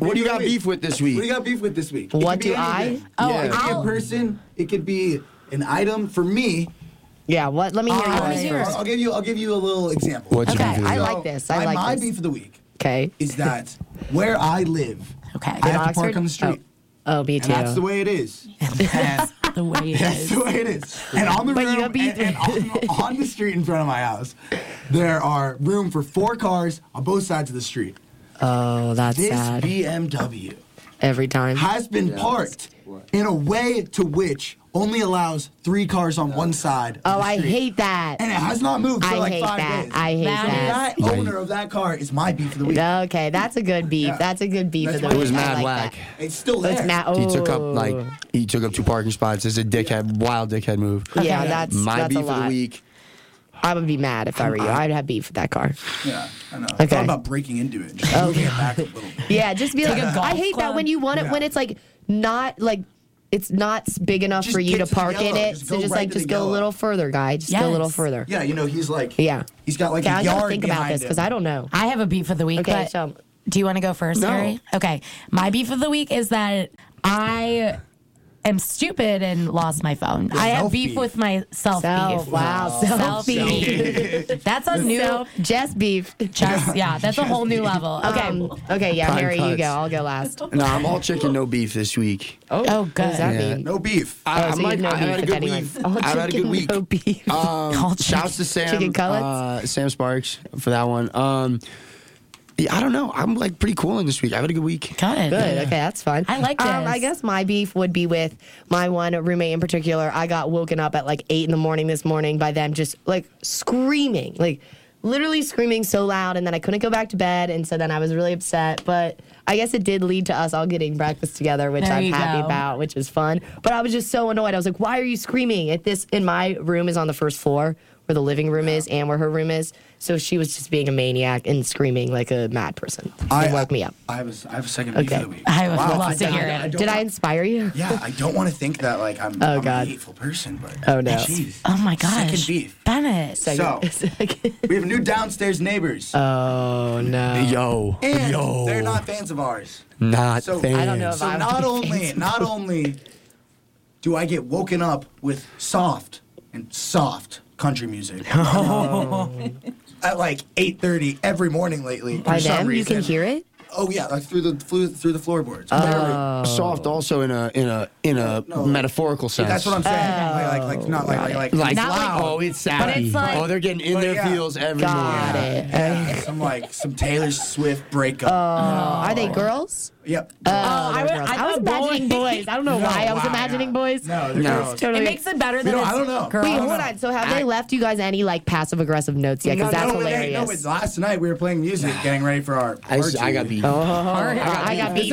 Speaker 6: [laughs]
Speaker 3: What do you got beef with this
Speaker 6: What do you
Speaker 3: week?
Speaker 6: got beef with this week?
Speaker 1: What
Speaker 6: It could be
Speaker 1: do I-
Speaker 6: anything.
Speaker 4: Oh,
Speaker 3: Yeah.
Speaker 6: It could be a
Speaker 4: I'll-
Speaker 6: person. It could be an item. For me,
Speaker 1: [laughs] Yeah, what? Let me hear
Speaker 6: Uh,
Speaker 4: All right.
Speaker 1: yours
Speaker 4: Let me
Speaker 1: first.
Speaker 6: I'll, I'll give you. I'll give you a little example.
Speaker 3: What's
Speaker 4: Okay,
Speaker 3: beef of the
Speaker 1: I
Speaker 3: week?
Speaker 1: like- this, I
Speaker 6: my-
Speaker 1: like
Speaker 6: my
Speaker 1: this.
Speaker 6: beef of the week
Speaker 1: Okay. [laughs]
Speaker 6: is that where I live,
Speaker 4: Okay.
Speaker 6: I
Speaker 1: In
Speaker 6: have to
Speaker 1: Oxford?
Speaker 6: park on the street.
Speaker 1: Oh, oh me too.
Speaker 6: And that's the way it is.
Speaker 4: That's the way it
Speaker 6: [laughs] That's
Speaker 4: is.
Speaker 6: the way it is. And on the
Speaker 1: But you
Speaker 6: room,
Speaker 1: gotta be-
Speaker 6: and, and on, on the street in front of my house, there are room for four cars on both sides of the street.
Speaker 1: oh, that's
Speaker 6: This
Speaker 1: sad.
Speaker 6: BMW
Speaker 1: Every time.
Speaker 6: has been parked in a way to which only allows three cars on one side. of
Speaker 1: Oh,
Speaker 6: the
Speaker 1: I
Speaker 6: street.
Speaker 1: hate that.
Speaker 6: And it has not moved for
Speaker 1: I
Speaker 6: like
Speaker 1: hate
Speaker 6: five
Speaker 1: that.
Speaker 6: days.
Speaker 1: I hate
Speaker 4: That
Speaker 1: that.
Speaker 6: that owner of that car is my beef of the week.
Speaker 1: Okay, that's a good beef.
Speaker 6: Yeah.
Speaker 1: That's a good beef.
Speaker 6: That's
Speaker 1: of the
Speaker 6: why- It
Speaker 1: week.
Speaker 6: was
Speaker 1: I
Speaker 3: mad
Speaker 1: like
Speaker 3: whack.
Speaker 1: that.
Speaker 6: It's still there.
Speaker 1: It's mad. Oh.
Speaker 3: He took up like he took up two parking spots. It's a dickhead, wild dickhead move.
Speaker 1: Yeah, that's
Speaker 3: My
Speaker 1: that's
Speaker 3: beef
Speaker 1: a
Speaker 3: of the
Speaker 1: lot.
Speaker 3: week.
Speaker 1: I would be mad if I were you. I'd have beef with that car.
Speaker 6: Yeah, I know. I
Speaker 1: Okay.
Speaker 6: thought about breaking into it. Just moving it back a little bit.
Speaker 1: Yeah, just be like,
Speaker 4: a golf
Speaker 1: I hate that
Speaker 4: club.
Speaker 1: when you want it when
Speaker 6: Yeah.
Speaker 1: it's like not like it's not s- big enough
Speaker 6: Just
Speaker 1: for you
Speaker 6: get
Speaker 1: to
Speaker 6: to the
Speaker 1: park in
Speaker 6: yellow.
Speaker 1: it.
Speaker 6: Just
Speaker 1: so
Speaker 6: go
Speaker 1: just
Speaker 6: right
Speaker 1: like
Speaker 6: to the
Speaker 1: just go a
Speaker 6: yellow.
Speaker 1: little further, guy. Just go a little
Speaker 4: Yes.
Speaker 1: further.
Speaker 6: Yeah, you know, he's like,
Speaker 1: Yeah.
Speaker 6: he's got like
Speaker 1: Okay, I
Speaker 6: a
Speaker 1: gotta
Speaker 6: yard
Speaker 1: think about
Speaker 6: behind
Speaker 1: this because
Speaker 6: him.
Speaker 1: I don't know.
Speaker 4: I have a beef of the week.
Speaker 1: Okay,
Speaker 4: but
Speaker 1: so-
Speaker 4: do you want to go first,
Speaker 3: No.
Speaker 4: Gary? Okay. My beef of the week is that I am stupid and lost my phone. I have beef,
Speaker 6: self-beef.
Speaker 4: with myself.
Speaker 1: Self,
Speaker 4: beef.
Speaker 1: wow, self
Speaker 4: beef. That's a new
Speaker 1: So Jess beef.
Speaker 4: chest. Yeah, that's a whole new level. Okay.
Speaker 1: Um, okay, yeah,
Speaker 3: Prime
Speaker 1: Harry, you
Speaker 3: cuts.
Speaker 1: go. I'll go last.
Speaker 3: No, I'm all chicken, no beef this week.
Speaker 4: oh,
Speaker 1: What does
Speaker 4: good.
Speaker 1: that
Speaker 3: Yeah.
Speaker 1: mean?
Speaker 6: No beef.
Speaker 3: I,
Speaker 1: Oh,
Speaker 3: I'm
Speaker 1: so you
Speaker 3: like,
Speaker 1: have no
Speaker 3: I had
Speaker 1: beef
Speaker 3: a
Speaker 1: with
Speaker 3: good
Speaker 1: anyone. [laughs]
Speaker 3: week.
Speaker 1: Oh,
Speaker 3: I had a good
Speaker 1: chicken,
Speaker 3: week.
Speaker 1: No beef.
Speaker 3: Um,
Speaker 4: Called
Speaker 3: shouts to Sam.
Speaker 1: Chicken cutlets?
Speaker 3: Uh, Sam Sparks for that one. Um, yeah, I don't know. I'm like pretty cool in this week. I had a good week.
Speaker 4: Good.
Speaker 1: Good. Okay, that's fun.
Speaker 4: I like
Speaker 1: Um,
Speaker 4: this.
Speaker 1: I guess my beef would be with my one roommate in particular. I got woken up at like eight in the morning this morning by them just like screaming, like literally screaming so loud, and then I couldn't go back to bed, and so then I was really upset. But I guess it did lead to us all getting breakfast together, which
Speaker 4: There
Speaker 1: I'm
Speaker 4: you
Speaker 1: happy
Speaker 4: go.
Speaker 1: about, which is fun. But I was just so annoyed. I was like, "Why are you screaming?" At this, in my room is on the first floor. Where the living room is and where her room is, so she was just being a maniac and screaming like a mad person. It woke me up.
Speaker 6: I have a, I have a second beef
Speaker 1: Okay.
Speaker 6: of the week.
Speaker 4: I would love to
Speaker 6: don't-
Speaker 4: hear it.
Speaker 6: don't
Speaker 1: Did I
Speaker 6: want-
Speaker 1: inspire you?
Speaker 6: [laughs] Yeah, I don't want to think that like I'm, I'm
Speaker 1: God.
Speaker 6: a hateful person, but
Speaker 1: Oh, no.
Speaker 6: Jeez.
Speaker 4: Oh my gosh.
Speaker 6: Second beef.
Speaker 4: Bennett.
Speaker 6: So
Speaker 1: [laughs]
Speaker 6: we have new downstairs neighbors,
Speaker 1: oh no.
Speaker 3: Yo,
Speaker 6: and
Speaker 3: yo,
Speaker 6: they're not fans of ours.
Speaker 3: not
Speaker 6: So-
Speaker 3: fans.
Speaker 6: I
Speaker 1: don't know if
Speaker 6: So
Speaker 1: I would
Speaker 6: not
Speaker 1: be
Speaker 6: only not only do I get woken up with soft and soft
Speaker 1: [laughs]
Speaker 6: country music
Speaker 1: Oh.
Speaker 6: [laughs] at like 8:30 every morning lately.
Speaker 1: By
Speaker 6: for some
Speaker 1: them, you
Speaker 6: reason.
Speaker 1: can hear Oh. it.
Speaker 6: Oh yeah, like through the through, through the floorboards.
Speaker 3: soft also in a in a in a
Speaker 6: No.
Speaker 3: metaphorical sense.
Speaker 6: That's what I'm saying. like, like, like not like like,
Speaker 3: [laughs]
Speaker 6: like,
Speaker 3: like.
Speaker 4: Not
Speaker 3: wow,
Speaker 4: like-
Speaker 3: oh, it's
Speaker 4: but
Speaker 3: sappy.
Speaker 4: it's like-
Speaker 3: oh, they're getting in
Speaker 6: But
Speaker 3: their
Speaker 6: yeah.
Speaker 3: feels every
Speaker 1: Got
Speaker 3: morning.
Speaker 1: it. Oh,
Speaker 6: yeah, some like some Taylor Swift breakup.
Speaker 1: [laughs] Are they girls?
Speaker 6: yep.
Speaker 1: Oh, I, was,
Speaker 4: they're girls.
Speaker 1: I was
Speaker 4: I thought
Speaker 1: imagining
Speaker 4: boys.
Speaker 1: boys. I don't know
Speaker 6: [laughs] No,
Speaker 1: why I was
Speaker 6: wow,
Speaker 1: imagining
Speaker 6: yeah.
Speaker 1: boys.
Speaker 6: No,
Speaker 3: No.
Speaker 6: they're girls.
Speaker 1: Totally-
Speaker 4: it makes it better
Speaker 6: We
Speaker 4: than
Speaker 6: don't-
Speaker 4: it's
Speaker 6: I don't know.
Speaker 4: Girl.
Speaker 1: Wait,
Speaker 6: I don't
Speaker 1: hold
Speaker 6: know.
Speaker 1: on. So have they left you guys any like passive aggressive notes yet? Because
Speaker 6: No,
Speaker 1: that's
Speaker 6: no, it ain't.
Speaker 1: hilarious.
Speaker 6: No, it's last night we were
Speaker 3: [sighs]
Speaker 6: playing music, getting ready for our.
Speaker 3: I, s-
Speaker 6: our
Speaker 3: I got
Speaker 6: TV.
Speaker 3: beat.
Speaker 1: I got
Speaker 3: It's a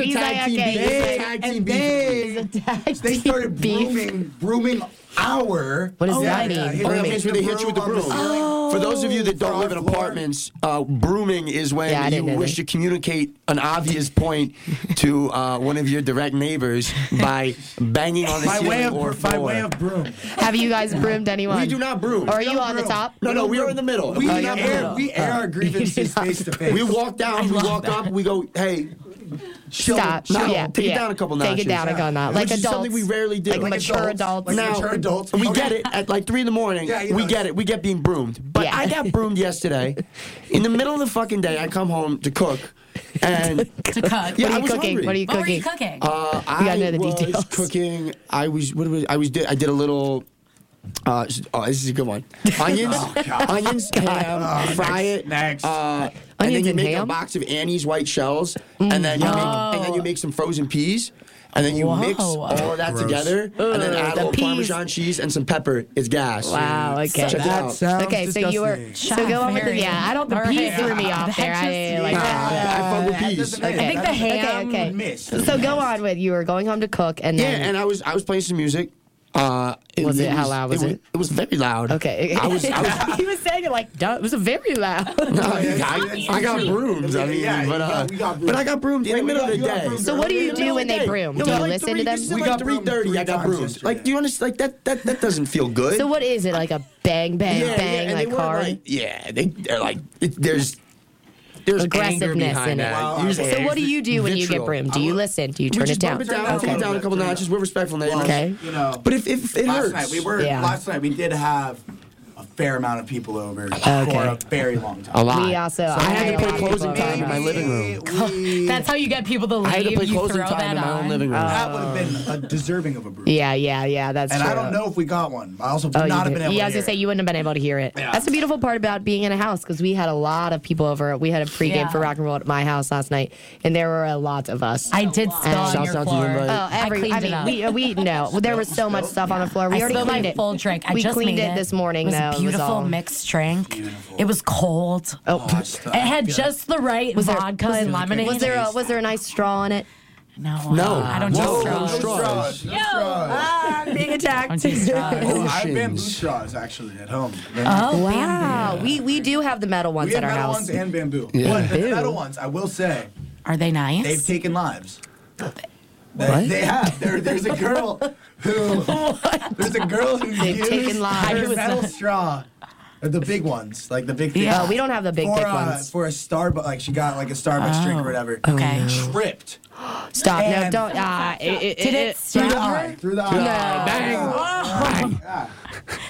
Speaker 1: babies. I
Speaker 3: tag
Speaker 1: got
Speaker 3: team beef.
Speaker 1: gays.
Speaker 3: It's a tag
Speaker 6: Big
Speaker 3: team beef.
Speaker 6: and
Speaker 1: [laughs]
Speaker 6: big.
Speaker 1: Tag
Speaker 6: They
Speaker 1: team
Speaker 6: started
Speaker 1: beef.
Speaker 6: brooming, brooming our.
Speaker 1: What does
Speaker 6: Oh,
Speaker 1: that
Speaker 6: yeah,
Speaker 1: mean?
Speaker 6: yeah.
Speaker 3: Oh,
Speaker 1: Brooming.
Speaker 3: that means when they hit you with the
Speaker 6: on the
Speaker 3: broom.
Speaker 6: ceiling.
Speaker 1: Oh.
Speaker 3: For those of you that don't
Speaker 6: For
Speaker 3: live in
Speaker 6: our floor.
Speaker 3: apartments, uh, brooming is when
Speaker 1: Yeah, I
Speaker 3: you
Speaker 1: didn't know
Speaker 3: wish
Speaker 1: that.
Speaker 3: to communicate an obvious point to uh, one of your direct neighbors by banging on the
Speaker 6: By
Speaker 3: ceiling
Speaker 6: way of
Speaker 3: or
Speaker 6: by
Speaker 3: floor.
Speaker 6: way of
Speaker 3: [laughs]
Speaker 6: broom.
Speaker 1: Have you guys broomed anyone?
Speaker 3: we do not broom.
Speaker 1: Or are you on the top?
Speaker 3: no, no, we are in the middle.
Speaker 6: We
Speaker 3: We, do not
Speaker 6: air
Speaker 3: broom. Uh,
Speaker 6: we air our
Speaker 3: [laughs]
Speaker 6: grievances face to face.
Speaker 3: We walk down, we walk up, we go, hey,
Speaker 6: Chill,
Speaker 1: Stop.
Speaker 6: chill.
Speaker 3: No,
Speaker 1: yeah,
Speaker 3: take it
Speaker 1: yeah.
Speaker 3: down a couple
Speaker 1: Take
Speaker 3: notches.
Speaker 1: it down a couple notches.
Speaker 3: which
Speaker 1: Like
Speaker 3: is
Speaker 1: adults.
Speaker 3: something we rarely do.
Speaker 1: Like mature adults.
Speaker 6: Like
Speaker 3: Now-
Speaker 6: mature adults.
Speaker 3: We
Speaker 6: Okay.
Speaker 3: get it at like three in the morning.
Speaker 6: Yeah, you
Speaker 3: we
Speaker 6: know.
Speaker 3: get it. We get being broomed. But
Speaker 1: Yeah.
Speaker 3: I got broomed yesterday. In the middle of the fucking day, I come home to cook,
Speaker 1: [laughs]
Speaker 3: and
Speaker 4: to cook.
Speaker 3: yeah,
Speaker 1: What
Speaker 3: I
Speaker 1: are you
Speaker 3: was
Speaker 1: cooking?
Speaker 3: hungry.
Speaker 1: What are you
Speaker 4: What were you
Speaker 1: cooking?
Speaker 4: cooking?
Speaker 3: Uh,
Speaker 1: You gotta
Speaker 3: I
Speaker 1: know the
Speaker 3: was
Speaker 1: details.
Speaker 3: cooking. I was what was I was did I did a little. Uh,
Speaker 1: [laughs]
Speaker 3: s- oh, this is a good one. Onions, onions, ham, uh, fry it.
Speaker 6: Oh, Next.
Speaker 3: Uh, and then
Speaker 1: Oh, Onions
Speaker 3: you
Speaker 1: and
Speaker 3: make a
Speaker 1: ham? Mm. Oh.
Speaker 3: box of Annie's white shells, and then you make, and then you make some frozen peas. And then you mix
Speaker 4: Whoa.
Speaker 3: all of that
Speaker 6: Gross.
Speaker 3: together, and then
Speaker 1: Ugh,
Speaker 3: add a
Speaker 1: the
Speaker 3: little
Speaker 1: peas.
Speaker 3: Parmesan cheese and some pepper. It's gas.
Speaker 1: Wow. Okay.
Speaker 3: Check it
Speaker 7: that
Speaker 3: out.
Speaker 7: sounds
Speaker 1: okay. So you were.
Speaker 7: disgusting.
Speaker 1: So go over to.
Speaker 4: Very-
Speaker 1: Yeah. I don't. The
Speaker 4: All right.
Speaker 1: peas threw me off
Speaker 4: That
Speaker 1: there. I
Speaker 4: just-
Speaker 1: didn't like
Speaker 6: Nah,
Speaker 1: that.
Speaker 3: I fuck with
Speaker 6: that
Speaker 3: peas.
Speaker 6: doesn't
Speaker 3: Okay.
Speaker 6: matter.
Speaker 4: I think the
Speaker 6: That doesn't-
Speaker 4: ham
Speaker 1: Okay. Okay.
Speaker 6: missed.
Speaker 1: So go on with you were going home to cook and
Speaker 3: Yeah,
Speaker 1: then.
Speaker 3: and I was I was playing some music. Uh,
Speaker 1: Was it- how loud was
Speaker 3: wa-
Speaker 1: it?
Speaker 3: It was very loud.
Speaker 1: okay.
Speaker 3: I was. I was
Speaker 1: [laughs] he was saying it like. "Duh, It was a very
Speaker 3: [laughs]
Speaker 1: loud.
Speaker 3: No, I, I got brooms. I mean,
Speaker 6: Yeah,
Speaker 3: but, uh,
Speaker 6: we got brooms.
Speaker 3: but I got brooms
Speaker 6: Yeah,
Speaker 3: in the
Speaker 6: we
Speaker 3: middle
Speaker 6: got-
Speaker 3: of
Speaker 6: you
Speaker 3: the
Speaker 6: got
Speaker 3: day.
Speaker 6: brooms
Speaker 1: So what do you
Speaker 3: In the
Speaker 1: do
Speaker 3: middle
Speaker 1: when
Speaker 3: of the
Speaker 1: they
Speaker 3: day.
Speaker 1: broom?
Speaker 3: Yo,
Speaker 1: Do you
Speaker 3: like
Speaker 1: listen
Speaker 3: three-
Speaker 1: to them?
Speaker 3: this is
Speaker 1: We
Speaker 3: like
Speaker 6: got
Speaker 3: three
Speaker 6: broomed
Speaker 3: thirty. I
Speaker 6: three
Speaker 3: got
Speaker 6: times
Speaker 3: brooms.
Speaker 6: yesterday.
Speaker 3: Like, do you understand? Like that, that, that, that doesn't feel good.
Speaker 1: so what is it like a bang bang bang
Speaker 3: and they
Speaker 1: like
Speaker 3: weren't
Speaker 1: hard?
Speaker 3: Like, yeah, they they're like it, there's there's anger
Speaker 1: Aggressiveness in
Speaker 3: behind
Speaker 1: it.
Speaker 3: that.
Speaker 6: Wow.
Speaker 3: There's
Speaker 1: so what do you do when you get
Speaker 3: vitriol.
Speaker 1: broomed? Do
Speaker 6: I
Speaker 1: you
Speaker 6: will-
Speaker 1: listen? Do you
Speaker 3: we
Speaker 1: turn it
Speaker 3: just
Speaker 1: down?
Speaker 3: Bump it down,
Speaker 6: Okay.
Speaker 3: take it down a couple
Speaker 6: Okay.
Speaker 3: notches. We're respectful, neighbors.
Speaker 1: Okay.
Speaker 6: You know,
Speaker 3: But if, if it
Speaker 6: last
Speaker 3: hurts,
Speaker 6: night we were
Speaker 1: Yeah.
Speaker 6: last night we did have a fair amount of people over for a very long time.
Speaker 3: a lot.
Speaker 1: We also-
Speaker 3: I had
Speaker 1: I-
Speaker 3: to play
Speaker 1: I-
Speaker 3: closing
Speaker 1: I-
Speaker 3: time in my living room.
Speaker 1: [laughs]
Speaker 6: We-
Speaker 4: That's how you get people to leave.
Speaker 3: I had to play
Speaker 4: you
Speaker 3: closing
Speaker 4: throw
Speaker 3: time
Speaker 4: that
Speaker 3: in my
Speaker 4: on.
Speaker 3: own living room.
Speaker 6: that would have been a deserving of a brew.
Speaker 1: Yeah, yeah, yeah. That's
Speaker 6: And
Speaker 1: true.
Speaker 6: I don't know if we got one. I also would
Speaker 1: Oh, you
Speaker 6: not have
Speaker 1: did-
Speaker 6: been able
Speaker 1: yeah, I
Speaker 6: to
Speaker 1: was
Speaker 6: hear
Speaker 1: gonna say
Speaker 6: it.
Speaker 1: you wouldn't have been able to hear it.
Speaker 6: Yeah.
Speaker 1: That's the beautiful part about being in a house because we had a lot of people over. We had a pregame
Speaker 4: Yeah.
Speaker 1: for rock and roll at my house last night, and there were a lot of us.
Speaker 4: I did spill
Speaker 1: Shouts
Speaker 4: on
Speaker 3: out
Speaker 4: your
Speaker 3: to you,
Speaker 4: floor.
Speaker 3: everybody.
Speaker 1: Oh, every,
Speaker 4: I cleaned
Speaker 1: mean,
Speaker 4: it up.
Speaker 1: we uh, we no, [laughs] there was so much stuff on the floor. We
Speaker 4: I
Speaker 1: already
Speaker 4: spilled
Speaker 1: cleaned
Speaker 4: my
Speaker 1: it.
Speaker 4: full drink. I
Speaker 1: we
Speaker 4: just
Speaker 1: cleaned
Speaker 4: made
Speaker 1: it this morning.
Speaker 4: It was
Speaker 1: though.
Speaker 4: a
Speaker 1: was
Speaker 4: beautiful
Speaker 1: all-
Speaker 4: mixed drink.
Speaker 6: Beautiful.
Speaker 4: It was cold.
Speaker 1: Oh,
Speaker 4: It had just the right
Speaker 1: there-
Speaker 4: vodka
Speaker 1: was
Speaker 4: and lemonade.
Speaker 1: was there a, was there an ice straw
Speaker 4: [laughs]
Speaker 1: in it?
Speaker 4: no,
Speaker 3: No.
Speaker 4: I don't
Speaker 3: No.
Speaker 4: do
Speaker 3: No
Speaker 4: straws.
Speaker 3: straw. straws.
Speaker 6: No straws.
Speaker 1: I'm being
Speaker 4: I don't
Speaker 1: [laughs] attacked.
Speaker 4: do straws.
Speaker 6: Oh, I've been
Speaker 3: Oceans.
Speaker 6: boot straws actually at home.
Speaker 4: [laughs] Oh, bamboo.
Speaker 1: Wow, we we do have the metal ones
Speaker 6: we have
Speaker 1: at our
Speaker 6: metal
Speaker 1: house.
Speaker 6: ones and bamboo. But the metal ones, I will say,
Speaker 4: Are they nice?
Speaker 6: they've taken lives. They, they have. There, there's a girl who. There's a girl who
Speaker 1: They've
Speaker 6: used
Speaker 1: taken lives.
Speaker 6: her metal straw, uh, the big ones, like the big. Thing.
Speaker 1: Yeah, we don't have the big
Speaker 6: for,
Speaker 1: thick
Speaker 6: uh,
Speaker 1: ones. Oh.
Speaker 6: For a Starbucks, like she got like a Starbucks drink or whatever.
Speaker 4: okay.
Speaker 6: Tripped
Speaker 1: Stop! No,
Speaker 6: and-
Speaker 1: don't. Uh, it, it,
Speaker 4: Did it stab
Speaker 6: through the
Speaker 4: her?
Speaker 6: eye. Through the eye. oh,
Speaker 4: Oh.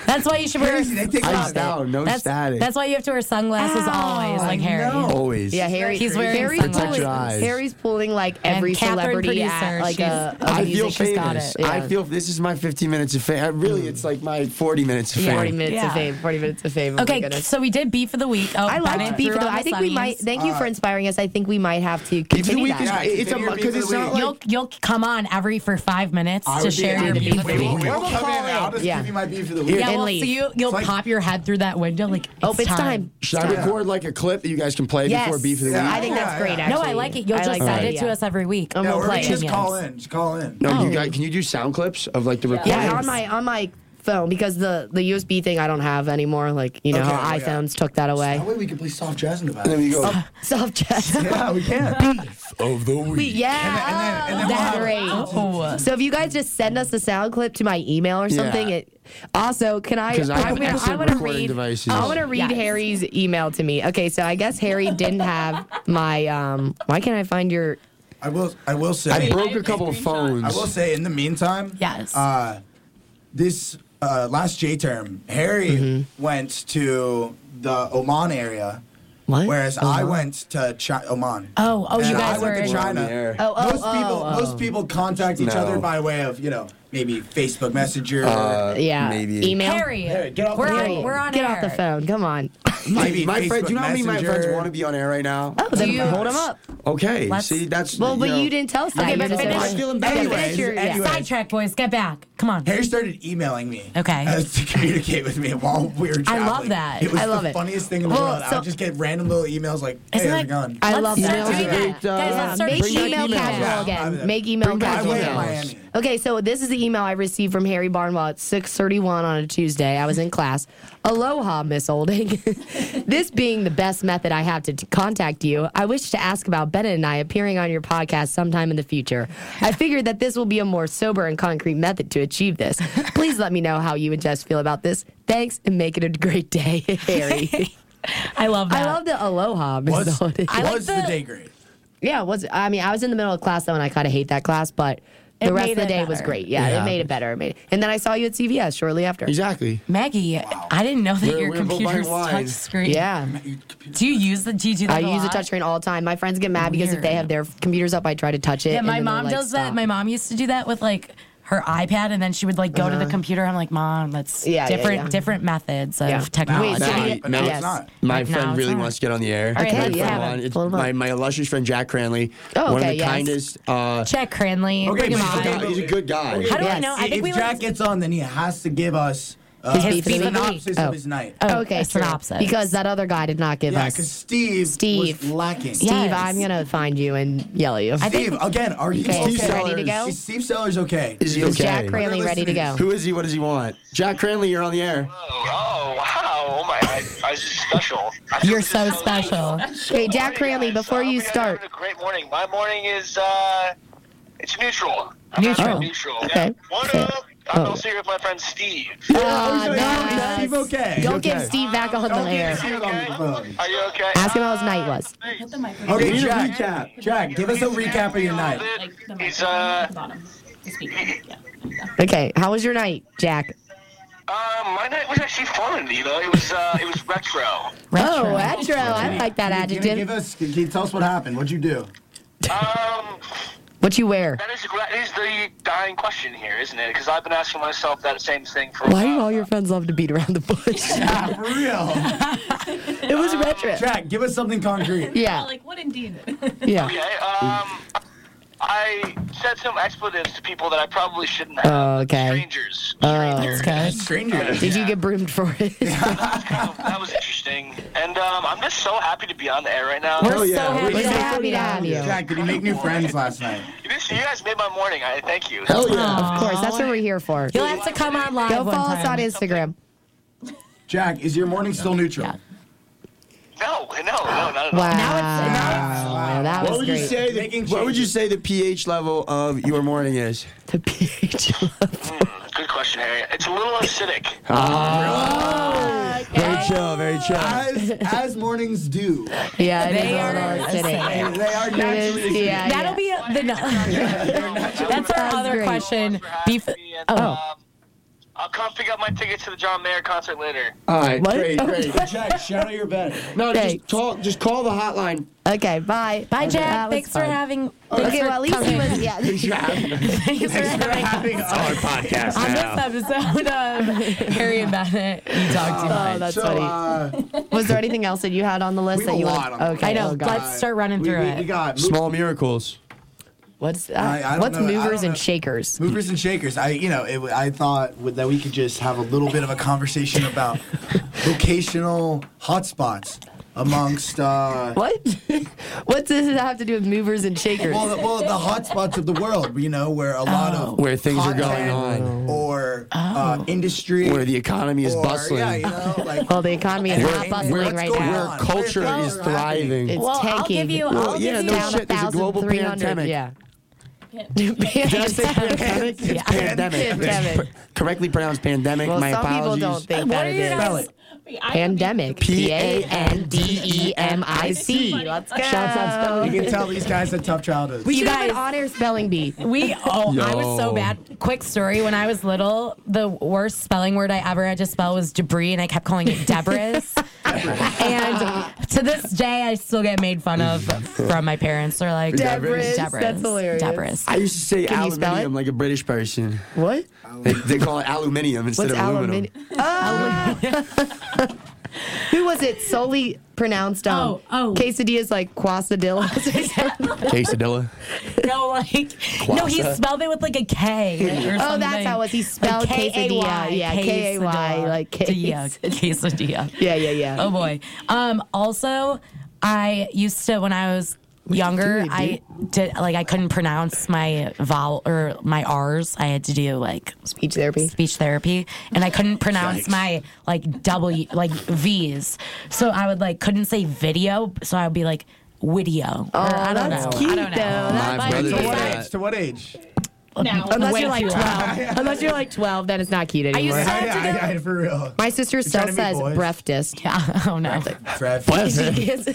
Speaker 4: That's why you should wear.
Speaker 6: Crazy, they take
Speaker 3: Iced
Speaker 6: lives.
Speaker 3: out, no
Speaker 4: that's,
Speaker 3: static.
Speaker 4: that's why you have to wear sunglasses
Speaker 1: Oh,
Speaker 4: always, like Harry.
Speaker 3: always.
Speaker 1: Yeah, Harry.
Speaker 4: He's wearing
Speaker 1: Harry's
Speaker 4: sunglasses.
Speaker 1: pulling,
Speaker 3: Protect your eyes.
Speaker 1: Harry's pulling like every
Speaker 4: Catherine
Speaker 1: celebrity at
Speaker 4: producer,
Speaker 1: like a, a
Speaker 3: I feel
Speaker 1: music.
Speaker 4: she's got
Speaker 3: famous.
Speaker 1: it, yeah.
Speaker 3: I feel this is my 15 minutes of fame. I really, it's like my 40 minutes of
Speaker 1: Yeah.
Speaker 3: fame.
Speaker 1: Forty minutes of
Speaker 4: Yeah.
Speaker 1: fame. Forty minutes of fame. Oh my
Speaker 4: Okay,
Speaker 1: goodness.
Speaker 4: so we did beef of the week. Oh,
Speaker 1: I
Speaker 4: Bennett
Speaker 1: liked beef.
Speaker 4: threw
Speaker 1: Though.
Speaker 4: on
Speaker 1: I
Speaker 4: the
Speaker 1: think we might.
Speaker 4: Sunnies.
Speaker 1: Thank you for inspiring us. I think we might have to
Speaker 3: Beef of the
Speaker 1: continue
Speaker 3: week
Speaker 1: that.
Speaker 3: is
Speaker 6: Yeah,
Speaker 3: it's a
Speaker 6: continue your beef
Speaker 3: because
Speaker 6: of
Speaker 3: it's
Speaker 6: the
Speaker 3: not
Speaker 6: week.
Speaker 3: like
Speaker 4: You'll you'll come on every for five minutes
Speaker 6: I
Speaker 4: to
Speaker 6: would be
Speaker 4: share your
Speaker 6: happy
Speaker 4: beef
Speaker 6: to
Speaker 4: of
Speaker 6: be-
Speaker 4: the
Speaker 6: we-
Speaker 4: week.
Speaker 6: We'll come in and I'll just
Speaker 1: Yeah.
Speaker 6: give you my beef for the
Speaker 3: Yeah.
Speaker 6: week.
Speaker 4: Yeah, well,
Speaker 1: leave.
Speaker 4: so you you'll
Speaker 6: like-
Speaker 4: pop your head through that window like it's
Speaker 1: Oh, it's time.
Speaker 3: Should I record like a clip that you guys can play
Speaker 1: Yes.
Speaker 3: before beef of the week?
Speaker 1: I think
Speaker 6: Yeah,
Speaker 1: that's
Speaker 6: yeah,
Speaker 1: great.
Speaker 6: yeah.
Speaker 1: Actually,
Speaker 4: No, I like it. You'll
Speaker 1: I
Speaker 4: just
Speaker 1: like
Speaker 4: send
Speaker 1: that,
Speaker 4: it to
Speaker 1: yeah.
Speaker 4: us every week.
Speaker 1: I'm
Speaker 6: Yeah,
Speaker 1: gonna
Speaker 6: or
Speaker 1: play.
Speaker 6: just
Speaker 1: it.
Speaker 6: call in. Just call in.
Speaker 3: No,
Speaker 4: Oh.
Speaker 3: you guys, can you do sound clips of like the recordings?
Speaker 1: Yeah, on my on my phone because the the USB thing I don't have anymore. Like you know,
Speaker 6: Okay, Oh
Speaker 1: how
Speaker 6: yeah.
Speaker 1: iPhones took that away.
Speaker 6: That way we can play soft jazz in the back.
Speaker 3: And then we go.
Speaker 1: [laughs] Soft chest.
Speaker 6: yeah,
Speaker 1: [laughs]
Speaker 6: we can.
Speaker 7: of the week.
Speaker 1: Yeah,
Speaker 6: And then- and then we'll
Speaker 1: that's
Speaker 6: have-
Speaker 1: great.
Speaker 4: Oh.
Speaker 1: So if you guys just send us the sound clip to my email or something,
Speaker 3: Yeah.
Speaker 1: it also can I?
Speaker 3: 'Cause I have
Speaker 1: I'm gonna-
Speaker 3: excellent
Speaker 1: I want to
Speaker 3: recording
Speaker 1: read.
Speaker 3: devices.
Speaker 1: I want to read
Speaker 4: Yes.
Speaker 1: Harry's email to me. Okay, so I guess Harry didn't have my. Um, why can't I find your?
Speaker 6: I will. I will say.
Speaker 3: I broke
Speaker 7: have
Speaker 3: a couple of
Speaker 7: screenshots.
Speaker 3: phones.
Speaker 6: I will say, in the meantime,
Speaker 4: Yes.
Speaker 6: Uh, this uh, last J term, Harry
Speaker 3: Mm-hmm.
Speaker 6: went to the Oman area,
Speaker 1: What?
Speaker 6: whereas
Speaker 1: Uh-huh.
Speaker 6: I went to chi- Oman.
Speaker 4: Oh, oh, you
Speaker 6: And
Speaker 4: guys
Speaker 6: I went
Speaker 4: were-
Speaker 6: to
Speaker 3: We're on the
Speaker 6: China.
Speaker 3: air.
Speaker 1: Oh, oh,
Speaker 6: most
Speaker 1: oh,
Speaker 6: people,
Speaker 1: oh.
Speaker 6: most people contact each
Speaker 3: No.
Speaker 6: other by way of you know maybe Facebook Messenger,
Speaker 3: Uh,
Speaker 1: Yeah,
Speaker 3: Maybe.
Speaker 1: email.
Speaker 4: Harry,
Speaker 6: Harry, get off the
Speaker 4: we're
Speaker 1: Harry,
Speaker 4: on, we're on
Speaker 1: get
Speaker 4: air.
Speaker 1: off the phone. Come on.
Speaker 6: maybe
Speaker 3: my friend,
Speaker 6: Facebook
Speaker 3: do you know how many of my
Speaker 6: Messenger.
Speaker 3: friends want to be on air right now?
Speaker 1: Oh, then
Speaker 4: you-
Speaker 1: hold him up.
Speaker 3: Okay.
Speaker 4: Let's-
Speaker 3: See, that's.
Speaker 1: Oh, Well, but
Speaker 3: know,
Speaker 1: you didn't tell us that.
Speaker 4: Okay,
Speaker 1: You
Speaker 4: but
Speaker 1: just said-
Speaker 4: finish- I
Speaker 3: feel
Speaker 1: Okay, finish
Speaker 6: anyways,
Speaker 1: your- yeah.
Speaker 6: anyways.
Speaker 4: Sidetrack, boys, get back. Come on.
Speaker 6: Harry started emailing me.
Speaker 4: Okay.
Speaker 6: As to communicate with me while we were
Speaker 4: I
Speaker 6: traveling.
Speaker 4: love that.
Speaker 6: It was
Speaker 1: I love
Speaker 6: the
Speaker 1: it.
Speaker 6: funniest thing in the
Speaker 1: Well,
Speaker 6: world. I
Speaker 1: so-
Speaker 6: would just get random little emails like, hey,
Speaker 4: Isn't
Speaker 6: how's
Speaker 4: that-
Speaker 6: it going?
Speaker 1: I
Speaker 4: Let's
Speaker 1: love
Speaker 4: start
Speaker 1: that.
Speaker 4: doing
Speaker 3: Emails are
Speaker 4: that.
Speaker 3: great, uh,
Speaker 4: Guys, let's start
Speaker 1: Make
Speaker 4: doing
Speaker 1: email
Speaker 4: emails.
Speaker 1: casual
Speaker 6: Yeah.
Speaker 1: again. Make email
Speaker 3: Bring back
Speaker 6: I
Speaker 1: casual
Speaker 6: went to
Speaker 3: emails.
Speaker 1: again.
Speaker 6: Miami.
Speaker 1: Okay, so this is the email I received from Harry Barnwell at 6:31 on a Tuesday. I was in class. Aloha, Miss Olding. [laughs] this being the best method I have to t- contact you, I wish to ask about Bennett and I appearing on your podcast sometime in the future. I figured that this will be a more sober and concrete method to achieve this. Please let me know how you and Jess feel about this. Thanks, and make it a great day, [laughs]
Speaker 4: [laughs]
Speaker 1: Harry.
Speaker 4: I love
Speaker 1: I
Speaker 4: that.
Speaker 1: love the aloha, Miss
Speaker 6: Was,
Speaker 1: Olding.
Speaker 4: I like
Speaker 6: was the,
Speaker 4: the-
Speaker 6: day great?
Speaker 1: Yeah, it was I mean, I was in the middle of class though, and I kind of hate that class, but the
Speaker 4: It
Speaker 1: rest
Speaker 4: made
Speaker 1: of the
Speaker 4: it
Speaker 1: day was
Speaker 4: better.
Speaker 1: great. Yeah,
Speaker 3: Yeah.
Speaker 1: it made it better. It made And then I saw you at CVS shortly after.
Speaker 3: Exactly.
Speaker 4: Maggie, I didn't know that
Speaker 3: We're-
Speaker 4: your
Speaker 3: we're both
Speaker 4: computer's
Speaker 3: buying wine.
Speaker 4: touch screen.
Speaker 1: Yeah,
Speaker 4: Do you use the? Do you do that
Speaker 1: I
Speaker 4: a
Speaker 1: use a
Speaker 4: lot?
Speaker 1: touchscreen all the time. My friends get mad because if
Speaker 4: Weird.
Speaker 1: they have their computers up, I try to touch it.
Speaker 4: Yeah,
Speaker 1: and
Speaker 4: my
Speaker 1: then they're
Speaker 4: mom
Speaker 1: like,
Speaker 4: does that.
Speaker 1: "Stop."
Speaker 4: My mom used to do that with like her iPad, and then she would like go to the computer. I'm like, Mom, that's
Speaker 1: Uh-huh. Yeah, yeah,
Speaker 4: different
Speaker 1: yeah.
Speaker 4: different methods of
Speaker 1: Yeah.
Speaker 4: technology.
Speaker 1: Wait, so do you-
Speaker 6: But now
Speaker 1: yes.
Speaker 6: it's not.
Speaker 3: My
Speaker 4: Right now,
Speaker 3: friend
Speaker 4: it's
Speaker 3: really
Speaker 4: not.
Speaker 3: wants to get on the air.
Speaker 4: All right,
Speaker 1: Okay,
Speaker 3: my,
Speaker 1: yeah.
Speaker 3: friend Juan- it's
Speaker 1: Pull him up.
Speaker 3: my, my illustrious friend Jack Cranley,
Speaker 1: Oh,
Speaker 3: one of
Speaker 1: okay,
Speaker 3: the
Speaker 1: yes.
Speaker 3: kindest. Uh,
Speaker 4: Check Cranley.
Speaker 6: Okay,
Speaker 4: Bring him
Speaker 6: but
Speaker 4: on.
Speaker 6: she's
Speaker 3: guy- he's a good guy.
Speaker 4: How do I
Speaker 1: Yes.
Speaker 4: know? I
Speaker 6: if
Speaker 4: think we
Speaker 6: Jack
Speaker 4: like-
Speaker 6: gets on, then he has to give us uh,
Speaker 4: His
Speaker 6: a
Speaker 4: beef of the
Speaker 6: synopsis
Speaker 1: week.
Speaker 6: of
Speaker 1: Oh.
Speaker 6: his night.
Speaker 4: Oh,
Speaker 1: okay,
Speaker 4: a
Speaker 1: true.
Speaker 4: synopsis.
Speaker 1: Because that other guy did not give
Speaker 6: yeah,
Speaker 1: us.
Speaker 6: because Steve,
Speaker 1: Steve.
Speaker 6: was lacking.
Speaker 1: Steve,
Speaker 4: Yes.
Speaker 1: I'm gonna find you and yell at you.
Speaker 4: I think-
Speaker 6: Steve, again, are you
Speaker 1: Okay,
Speaker 6: okay?
Speaker 1: is he ready to go?
Speaker 6: Is Steve Sellers okay?
Speaker 3: is he
Speaker 1: Is
Speaker 3: okay?
Speaker 1: Jack Cranley ready to go?
Speaker 3: Who is he? What does he want? Jack Cranley, you're on the air.
Speaker 2: Oh, oh wow! Oh my! I, I was just special. I
Speaker 4: You're
Speaker 2: was
Speaker 4: so
Speaker 2: just
Speaker 4: special.
Speaker 1: Okay, Jack
Speaker 2: Alrighty,
Speaker 1: Cranley,
Speaker 2: guys,
Speaker 1: before
Speaker 2: I hope
Speaker 1: you
Speaker 2: guys are
Speaker 1: start.
Speaker 2: having a great morning. My morning is uh, it's neutral. I'm
Speaker 4: Neutral.
Speaker 2: having a neutral.
Speaker 1: Oh, Okay.
Speaker 2: Yeah. What
Speaker 1: Okay.
Speaker 2: up? I'm
Speaker 1: Oh.
Speaker 2: also here with my friend Steve.
Speaker 1: Ah,
Speaker 6: Is
Speaker 1: no.
Speaker 6: Steve okay?
Speaker 1: Don't
Speaker 3: okay.
Speaker 1: get Steve back on the
Speaker 6: Don't get
Speaker 1: air.
Speaker 6: Steve on the phone.
Speaker 2: Are you okay? Uh,
Speaker 1: Ask him how his night was.
Speaker 6: Okay,
Speaker 3: Read a
Speaker 6: Jack.
Speaker 3: recap.
Speaker 6: Jack, give us a recap of your night.
Speaker 2: He's uh,
Speaker 1: Okay, how was your night, Jack?
Speaker 2: uh, my night was actually fun. You know, it was uh, it was retro.
Speaker 1: Oh, retro. I like that
Speaker 6: Can you give
Speaker 1: adjective.
Speaker 6: us? Can you tell us what happened? What'd you do?
Speaker 2: Um,
Speaker 1: What you wear?
Speaker 2: that is that is the dying question here, isn't it? Because I've been asking myself that same thing for. a
Speaker 1: Why do
Speaker 2: while
Speaker 1: all your friends love to beat around the bush?
Speaker 6: Yeah, for real.
Speaker 1: it was retro.
Speaker 6: Jack, give us something concrete.
Speaker 1: Yeah,
Speaker 7: Like, what indeed?
Speaker 1: yeah.
Speaker 2: Okay. Um, I said some expletives to people that I probably shouldn't have.
Speaker 1: Okay.
Speaker 2: Strangers.
Speaker 1: Oh,
Speaker 6: Stranger.
Speaker 1: did you get broomed for it?
Speaker 2: that was interesting. And um, I'm just so happy to be on the air right now.
Speaker 4: We're
Speaker 3: Hell yeah.
Speaker 4: so happy.
Speaker 1: We're
Speaker 4: to
Speaker 1: so
Speaker 4: have
Speaker 1: happy
Speaker 4: you.
Speaker 1: to have you.
Speaker 6: Jack, did you make new friends last night?
Speaker 2: This, you guys made my morning. I thank you.
Speaker 3: Hell
Speaker 1: [laughs]
Speaker 3: yeah.
Speaker 1: Of course, that's what we're here for.
Speaker 4: You'll have to come on live.
Speaker 1: Go
Speaker 4: one
Speaker 1: follow us on
Speaker 4: time.
Speaker 1: Instagram.
Speaker 6: Jack, is your morning still neutral?
Speaker 2: No, no, no, not at all.
Speaker 1: Wow.
Speaker 4: Now it's, now it's
Speaker 1: that
Speaker 3: What
Speaker 1: was
Speaker 3: would you
Speaker 1: great.
Speaker 3: say? The,
Speaker 6: Making
Speaker 3: what would you
Speaker 6: changes.
Speaker 3: say the pH level of your morning is?
Speaker 1: The pH.
Speaker 2: Mm, Good question, Harry. It's a little acidic.
Speaker 6: Oh.
Speaker 3: Very chill. Very chill.
Speaker 6: As, as mornings do.
Speaker 1: [laughs] yeah, it is
Speaker 4: They
Speaker 1: a little
Speaker 4: are
Speaker 1: acidic.
Speaker 4: acidic.
Speaker 6: And they are naturally.
Speaker 1: It is- yeah,
Speaker 4: That'll be a, the.
Speaker 2: [laughs]
Speaker 4: That's our
Speaker 1: Sounds
Speaker 4: other
Speaker 1: great.
Speaker 4: question. Beef.
Speaker 2: oh.
Speaker 4: Oh.
Speaker 2: I'll come pick up my tickets to the John Mayer concert later.
Speaker 3: All right.
Speaker 1: What?
Speaker 3: Great.
Speaker 4: Oh,
Speaker 3: Great.
Speaker 6: Jack, shout out your bed.
Speaker 3: No,
Speaker 1: Thanks.
Speaker 3: just talk. Just call the hotline.
Speaker 1: Okay, bye.
Speaker 4: Bye,
Speaker 1: That
Speaker 4: Jack.
Speaker 1: was
Speaker 4: Thanks for
Speaker 1: fun.
Speaker 4: having.
Speaker 1: Okay, well, at least he was. [laughs] Yeah. [laughs]
Speaker 4: Thanks for having.
Speaker 3: Our podcast
Speaker 4: On this episode of Harry and Bennett, you talk too
Speaker 1: Oh,
Speaker 4: much.
Speaker 1: that's
Speaker 6: So,
Speaker 1: funny.
Speaker 6: uh,
Speaker 1: Was there anything else that you had on the list
Speaker 6: We
Speaker 1: that
Speaker 6: have
Speaker 1: you
Speaker 6: a
Speaker 1: want?
Speaker 6: lot on the
Speaker 1: Okay,
Speaker 4: I know.
Speaker 1: oh, God.
Speaker 4: let's start running
Speaker 6: we,
Speaker 4: through
Speaker 6: we,
Speaker 4: it.
Speaker 6: we got
Speaker 3: [laughs]
Speaker 6: mo-
Speaker 3: Small miracles.
Speaker 1: What's
Speaker 6: I- I
Speaker 1: that?
Speaker 6: don't
Speaker 1: What's
Speaker 6: know. I
Speaker 1: movers
Speaker 6: don't
Speaker 1: and
Speaker 6: know.
Speaker 1: shakers?
Speaker 6: movers and shakers. I, you know, it, w- I thought w- that we could just have a little bit of a
Speaker 4: [laughs]
Speaker 6: conversation about vocational hotspots amongst. Uh,
Speaker 1: What? [laughs] what does it have to do with movers and shakers?
Speaker 6: Well, the, well, the hotspots of the world, you know, where a lot of
Speaker 3: Oh. Where things are going
Speaker 6: content
Speaker 3: on.
Speaker 6: or
Speaker 4: Oh.
Speaker 6: uh, industry,
Speaker 3: Where the economy is
Speaker 6: or,
Speaker 3: bustling.
Speaker 6: Yeah, you know, like
Speaker 1: Well,
Speaker 6: [laughs]
Speaker 1: the economy is
Speaker 6: We're-
Speaker 1: not
Speaker 6: we're-
Speaker 1: bustling
Speaker 6: what's
Speaker 1: right
Speaker 6: going
Speaker 1: now.
Speaker 3: Where
Speaker 6: on?
Speaker 3: culture
Speaker 6: Where
Speaker 3: is
Speaker 6: things are happening.
Speaker 3: thriving.
Speaker 1: It's
Speaker 4: Well, I'll
Speaker 1: tanking.
Speaker 4: give you- I'll
Speaker 1: Well,
Speaker 4: give
Speaker 1: yeah,
Speaker 4: you-
Speaker 1: no
Speaker 4: Down
Speaker 1: shit. There's a global pandemic. Yeah.
Speaker 3: Did I
Speaker 1: [laughs]
Speaker 3: say pandemic? It's [laughs] pandemic. It's
Speaker 1: Pandemic.
Speaker 3: pr- correctly pronounced pandemic.
Speaker 1: Well,
Speaker 3: My
Speaker 1: some people
Speaker 3: apologies.
Speaker 1: don't think
Speaker 4: What
Speaker 1: that
Speaker 4: are
Speaker 1: it
Speaker 4: you
Speaker 1: is.
Speaker 6: Spell it.
Speaker 1: Pandemic. P A N D E M I C. Let's go.
Speaker 6: Shouts out
Speaker 3: Uh,
Speaker 6: spelling. You can tell these guys had tough childhoods.
Speaker 1: We
Speaker 4: You
Speaker 1: should have an
Speaker 4: guys-
Speaker 1: on-air spelling bee.
Speaker 4: We oh I was so
Speaker 3: Yo.
Speaker 4: bad. Quick story: When I was little, the worst spelling word I ever had to spell was debris, and I kept calling
Speaker 1: [laughs]
Speaker 4: it Debris. and to this day, I still get made fun of from my parents. They're like
Speaker 1: Debris.
Speaker 4: Debris,
Speaker 1: That's hilarious.
Speaker 4: Debris. [laughs]
Speaker 3: I used to say
Speaker 1: Can you spell
Speaker 3: aluminium
Speaker 1: it?
Speaker 3: like a British person.
Speaker 1: What?
Speaker 3: They, they call it aluminium instead
Speaker 1: What's
Speaker 3: of aluminum.
Speaker 1: aluminum? Oh. [laughs] Who was it? Solely pronounced um.
Speaker 4: Ah! Oh, oh.
Speaker 1: Quesadillas like
Speaker 4: [laughs]
Speaker 1: quasadillas.
Speaker 3: [laughs] Quesadilla.
Speaker 4: No, like no, he
Speaker 3: Quasa.
Speaker 4: spelled it with like a K.
Speaker 1: [laughs]
Speaker 4: Or
Speaker 1: Oh, that's
Speaker 4: something.
Speaker 1: how it was. He spelled
Speaker 4: K A Y,
Speaker 1: quesadilla. Yeah, K A Y,
Speaker 4: quesadilla.
Speaker 1: like [laughs]
Speaker 4: Yeah, quesadilla.
Speaker 1: Yeah, yeah, yeah.
Speaker 4: Oh boy. Um, also, I used to when I was younger,
Speaker 1: do you
Speaker 4: I did like I couldn't pronounce my vowel or my R's. I had to do like
Speaker 1: Speech therapy.
Speaker 4: speech therapy, and I couldn't pronounce my like W like V's. So I would like couldn't say video, so I would be like video. Oh, I don't
Speaker 1: that's
Speaker 4: know.
Speaker 1: cute,
Speaker 4: I don't know.
Speaker 1: though. That's
Speaker 3: My brother
Speaker 6: to
Speaker 3: did
Speaker 6: what
Speaker 3: that.
Speaker 6: age? Uh, To what age?
Speaker 7: now.
Speaker 1: Unless
Speaker 4: Way
Speaker 1: you're like
Speaker 4: too loud.
Speaker 1: 12. Unless you're like 12, then it's not cute
Speaker 4: I used
Speaker 1: anymore.
Speaker 4: to-
Speaker 6: Yeah, I, I, for real.
Speaker 1: My sister
Speaker 6: trying
Speaker 1: still
Speaker 6: to be
Speaker 1: says
Speaker 6: boys.
Speaker 4: [laughs]
Speaker 1: breakfast.
Speaker 4: [laughs] Yeah. Oh no.
Speaker 3: [laughs]
Speaker 6: Trev.
Speaker 1: She
Speaker 4: [laughs]
Speaker 1: gives, [laughs]
Speaker 6: [laughs]
Speaker 1: she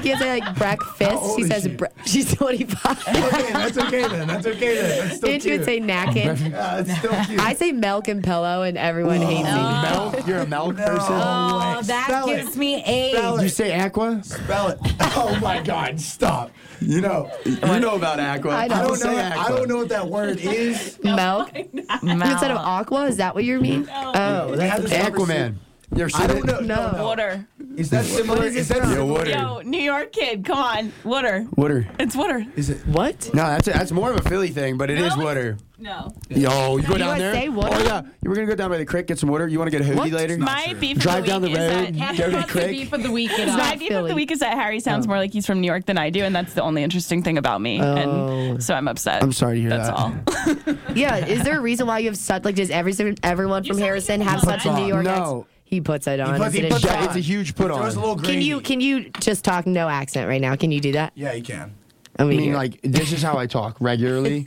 Speaker 1: gives it like breakfast.
Speaker 6: old
Speaker 1: She
Speaker 6: is
Speaker 1: says
Speaker 6: she?
Speaker 1: bre- she's 25.
Speaker 6: okay, that's okay then. That's okay then. That's
Speaker 1: [laughs]
Speaker 6: still
Speaker 1: Didn't you
Speaker 6: cute.
Speaker 1: would say napkin?
Speaker 6: Yeah, it's still
Speaker 1: [laughs]
Speaker 6: cute.
Speaker 1: I say milk and pillow, Oh, and everyone hates me.
Speaker 3: Milk? You're a milk
Speaker 6: No.
Speaker 3: person?
Speaker 4: Oh, that
Speaker 6: Spell it.
Speaker 4: gives me age.
Speaker 6: Spell it. [laughs]
Speaker 3: You say aqua?
Speaker 6: Spell it. Oh my God! Stop.
Speaker 3: You know
Speaker 6: know.
Speaker 3: You know about aqua.
Speaker 1: I
Speaker 6: I
Speaker 1: Don't
Speaker 6: don't know.
Speaker 3: say aqua.
Speaker 6: I don't know what that word is.
Speaker 4: Oh.
Speaker 1: Milk instead of aqua. Is that what you mean? Oh,
Speaker 6: I
Speaker 1: that's
Speaker 6: had this
Speaker 3: Aquaman. You ever seen
Speaker 6: I don't
Speaker 3: it?
Speaker 6: know.
Speaker 1: No.
Speaker 7: Water.
Speaker 6: Is that similar? Is, that
Speaker 3: Yo,
Speaker 6: similar?
Speaker 3: Wooder.
Speaker 7: Yo, New York kid, come on. Water.
Speaker 3: Water.
Speaker 7: It's water.
Speaker 6: Is it?
Speaker 1: what?
Speaker 3: No, that's that's more of a Philly thing, but it is
Speaker 7: No,
Speaker 3: water.
Speaker 7: No.
Speaker 3: Yo, you go
Speaker 1: You
Speaker 3: down
Speaker 1: wanna
Speaker 3: there.
Speaker 1: say water?
Speaker 3: Oh yeah, you were gonna go down by the creek, get some water. You want to get a hoagie
Speaker 1: What?
Speaker 3: later?
Speaker 7: My beef of
Speaker 3: Drive
Speaker 7: the
Speaker 3: down the
Speaker 7: week is
Speaker 3: road,
Speaker 7: that-
Speaker 3: go to the
Speaker 4: the beef
Speaker 3: creek.
Speaker 4: of the week. It
Speaker 7: My
Speaker 4: off.
Speaker 7: beef of
Speaker 1: Philly.
Speaker 7: the week is that Harry sounds
Speaker 3: Oh.
Speaker 7: more like he's from New York than I do, and that's the only interesting thing about me. And so I'm upset.
Speaker 3: I'm sorry to hear
Speaker 7: That's
Speaker 3: that. [laughs]
Speaker 7: all.
Speaker 1: Yeah, is there a reason why you have such like does every everyone from
Speaker 7: sound like
Speaker 1: Harrison
Speaker 7: you
Speaker 1: have
Speaker 7: put
Speaker 1: such a
Speaker 6: on.
Speaker 1: New York
Speaker 3: No.
Speaker 1: accent? He puts it on. Is
Speaker 6: puts- he
Speaker 1: it a
Speaker 6: puts
Speaker 1: shock?
Speaker 6: on.
Speaker 3: Yeah, it's a huge put
Speaker 6: Throws a
Speaker 3: on.
Speaker 6: little
Speaker 1: Can
Speaker 6: gravy.
Speaker 1: you can you just talk no accent right now? Can you do that?
Speaker 6: Yeah, you can.
Speaker 1: I
Speaker 3: I
Speaker 1: mean,
Speaker 3: mean,
Speaker 1: you're-
Speaker 3: like this is how I talk
Speaker 1: [laughs]
Speaker 3: regularly.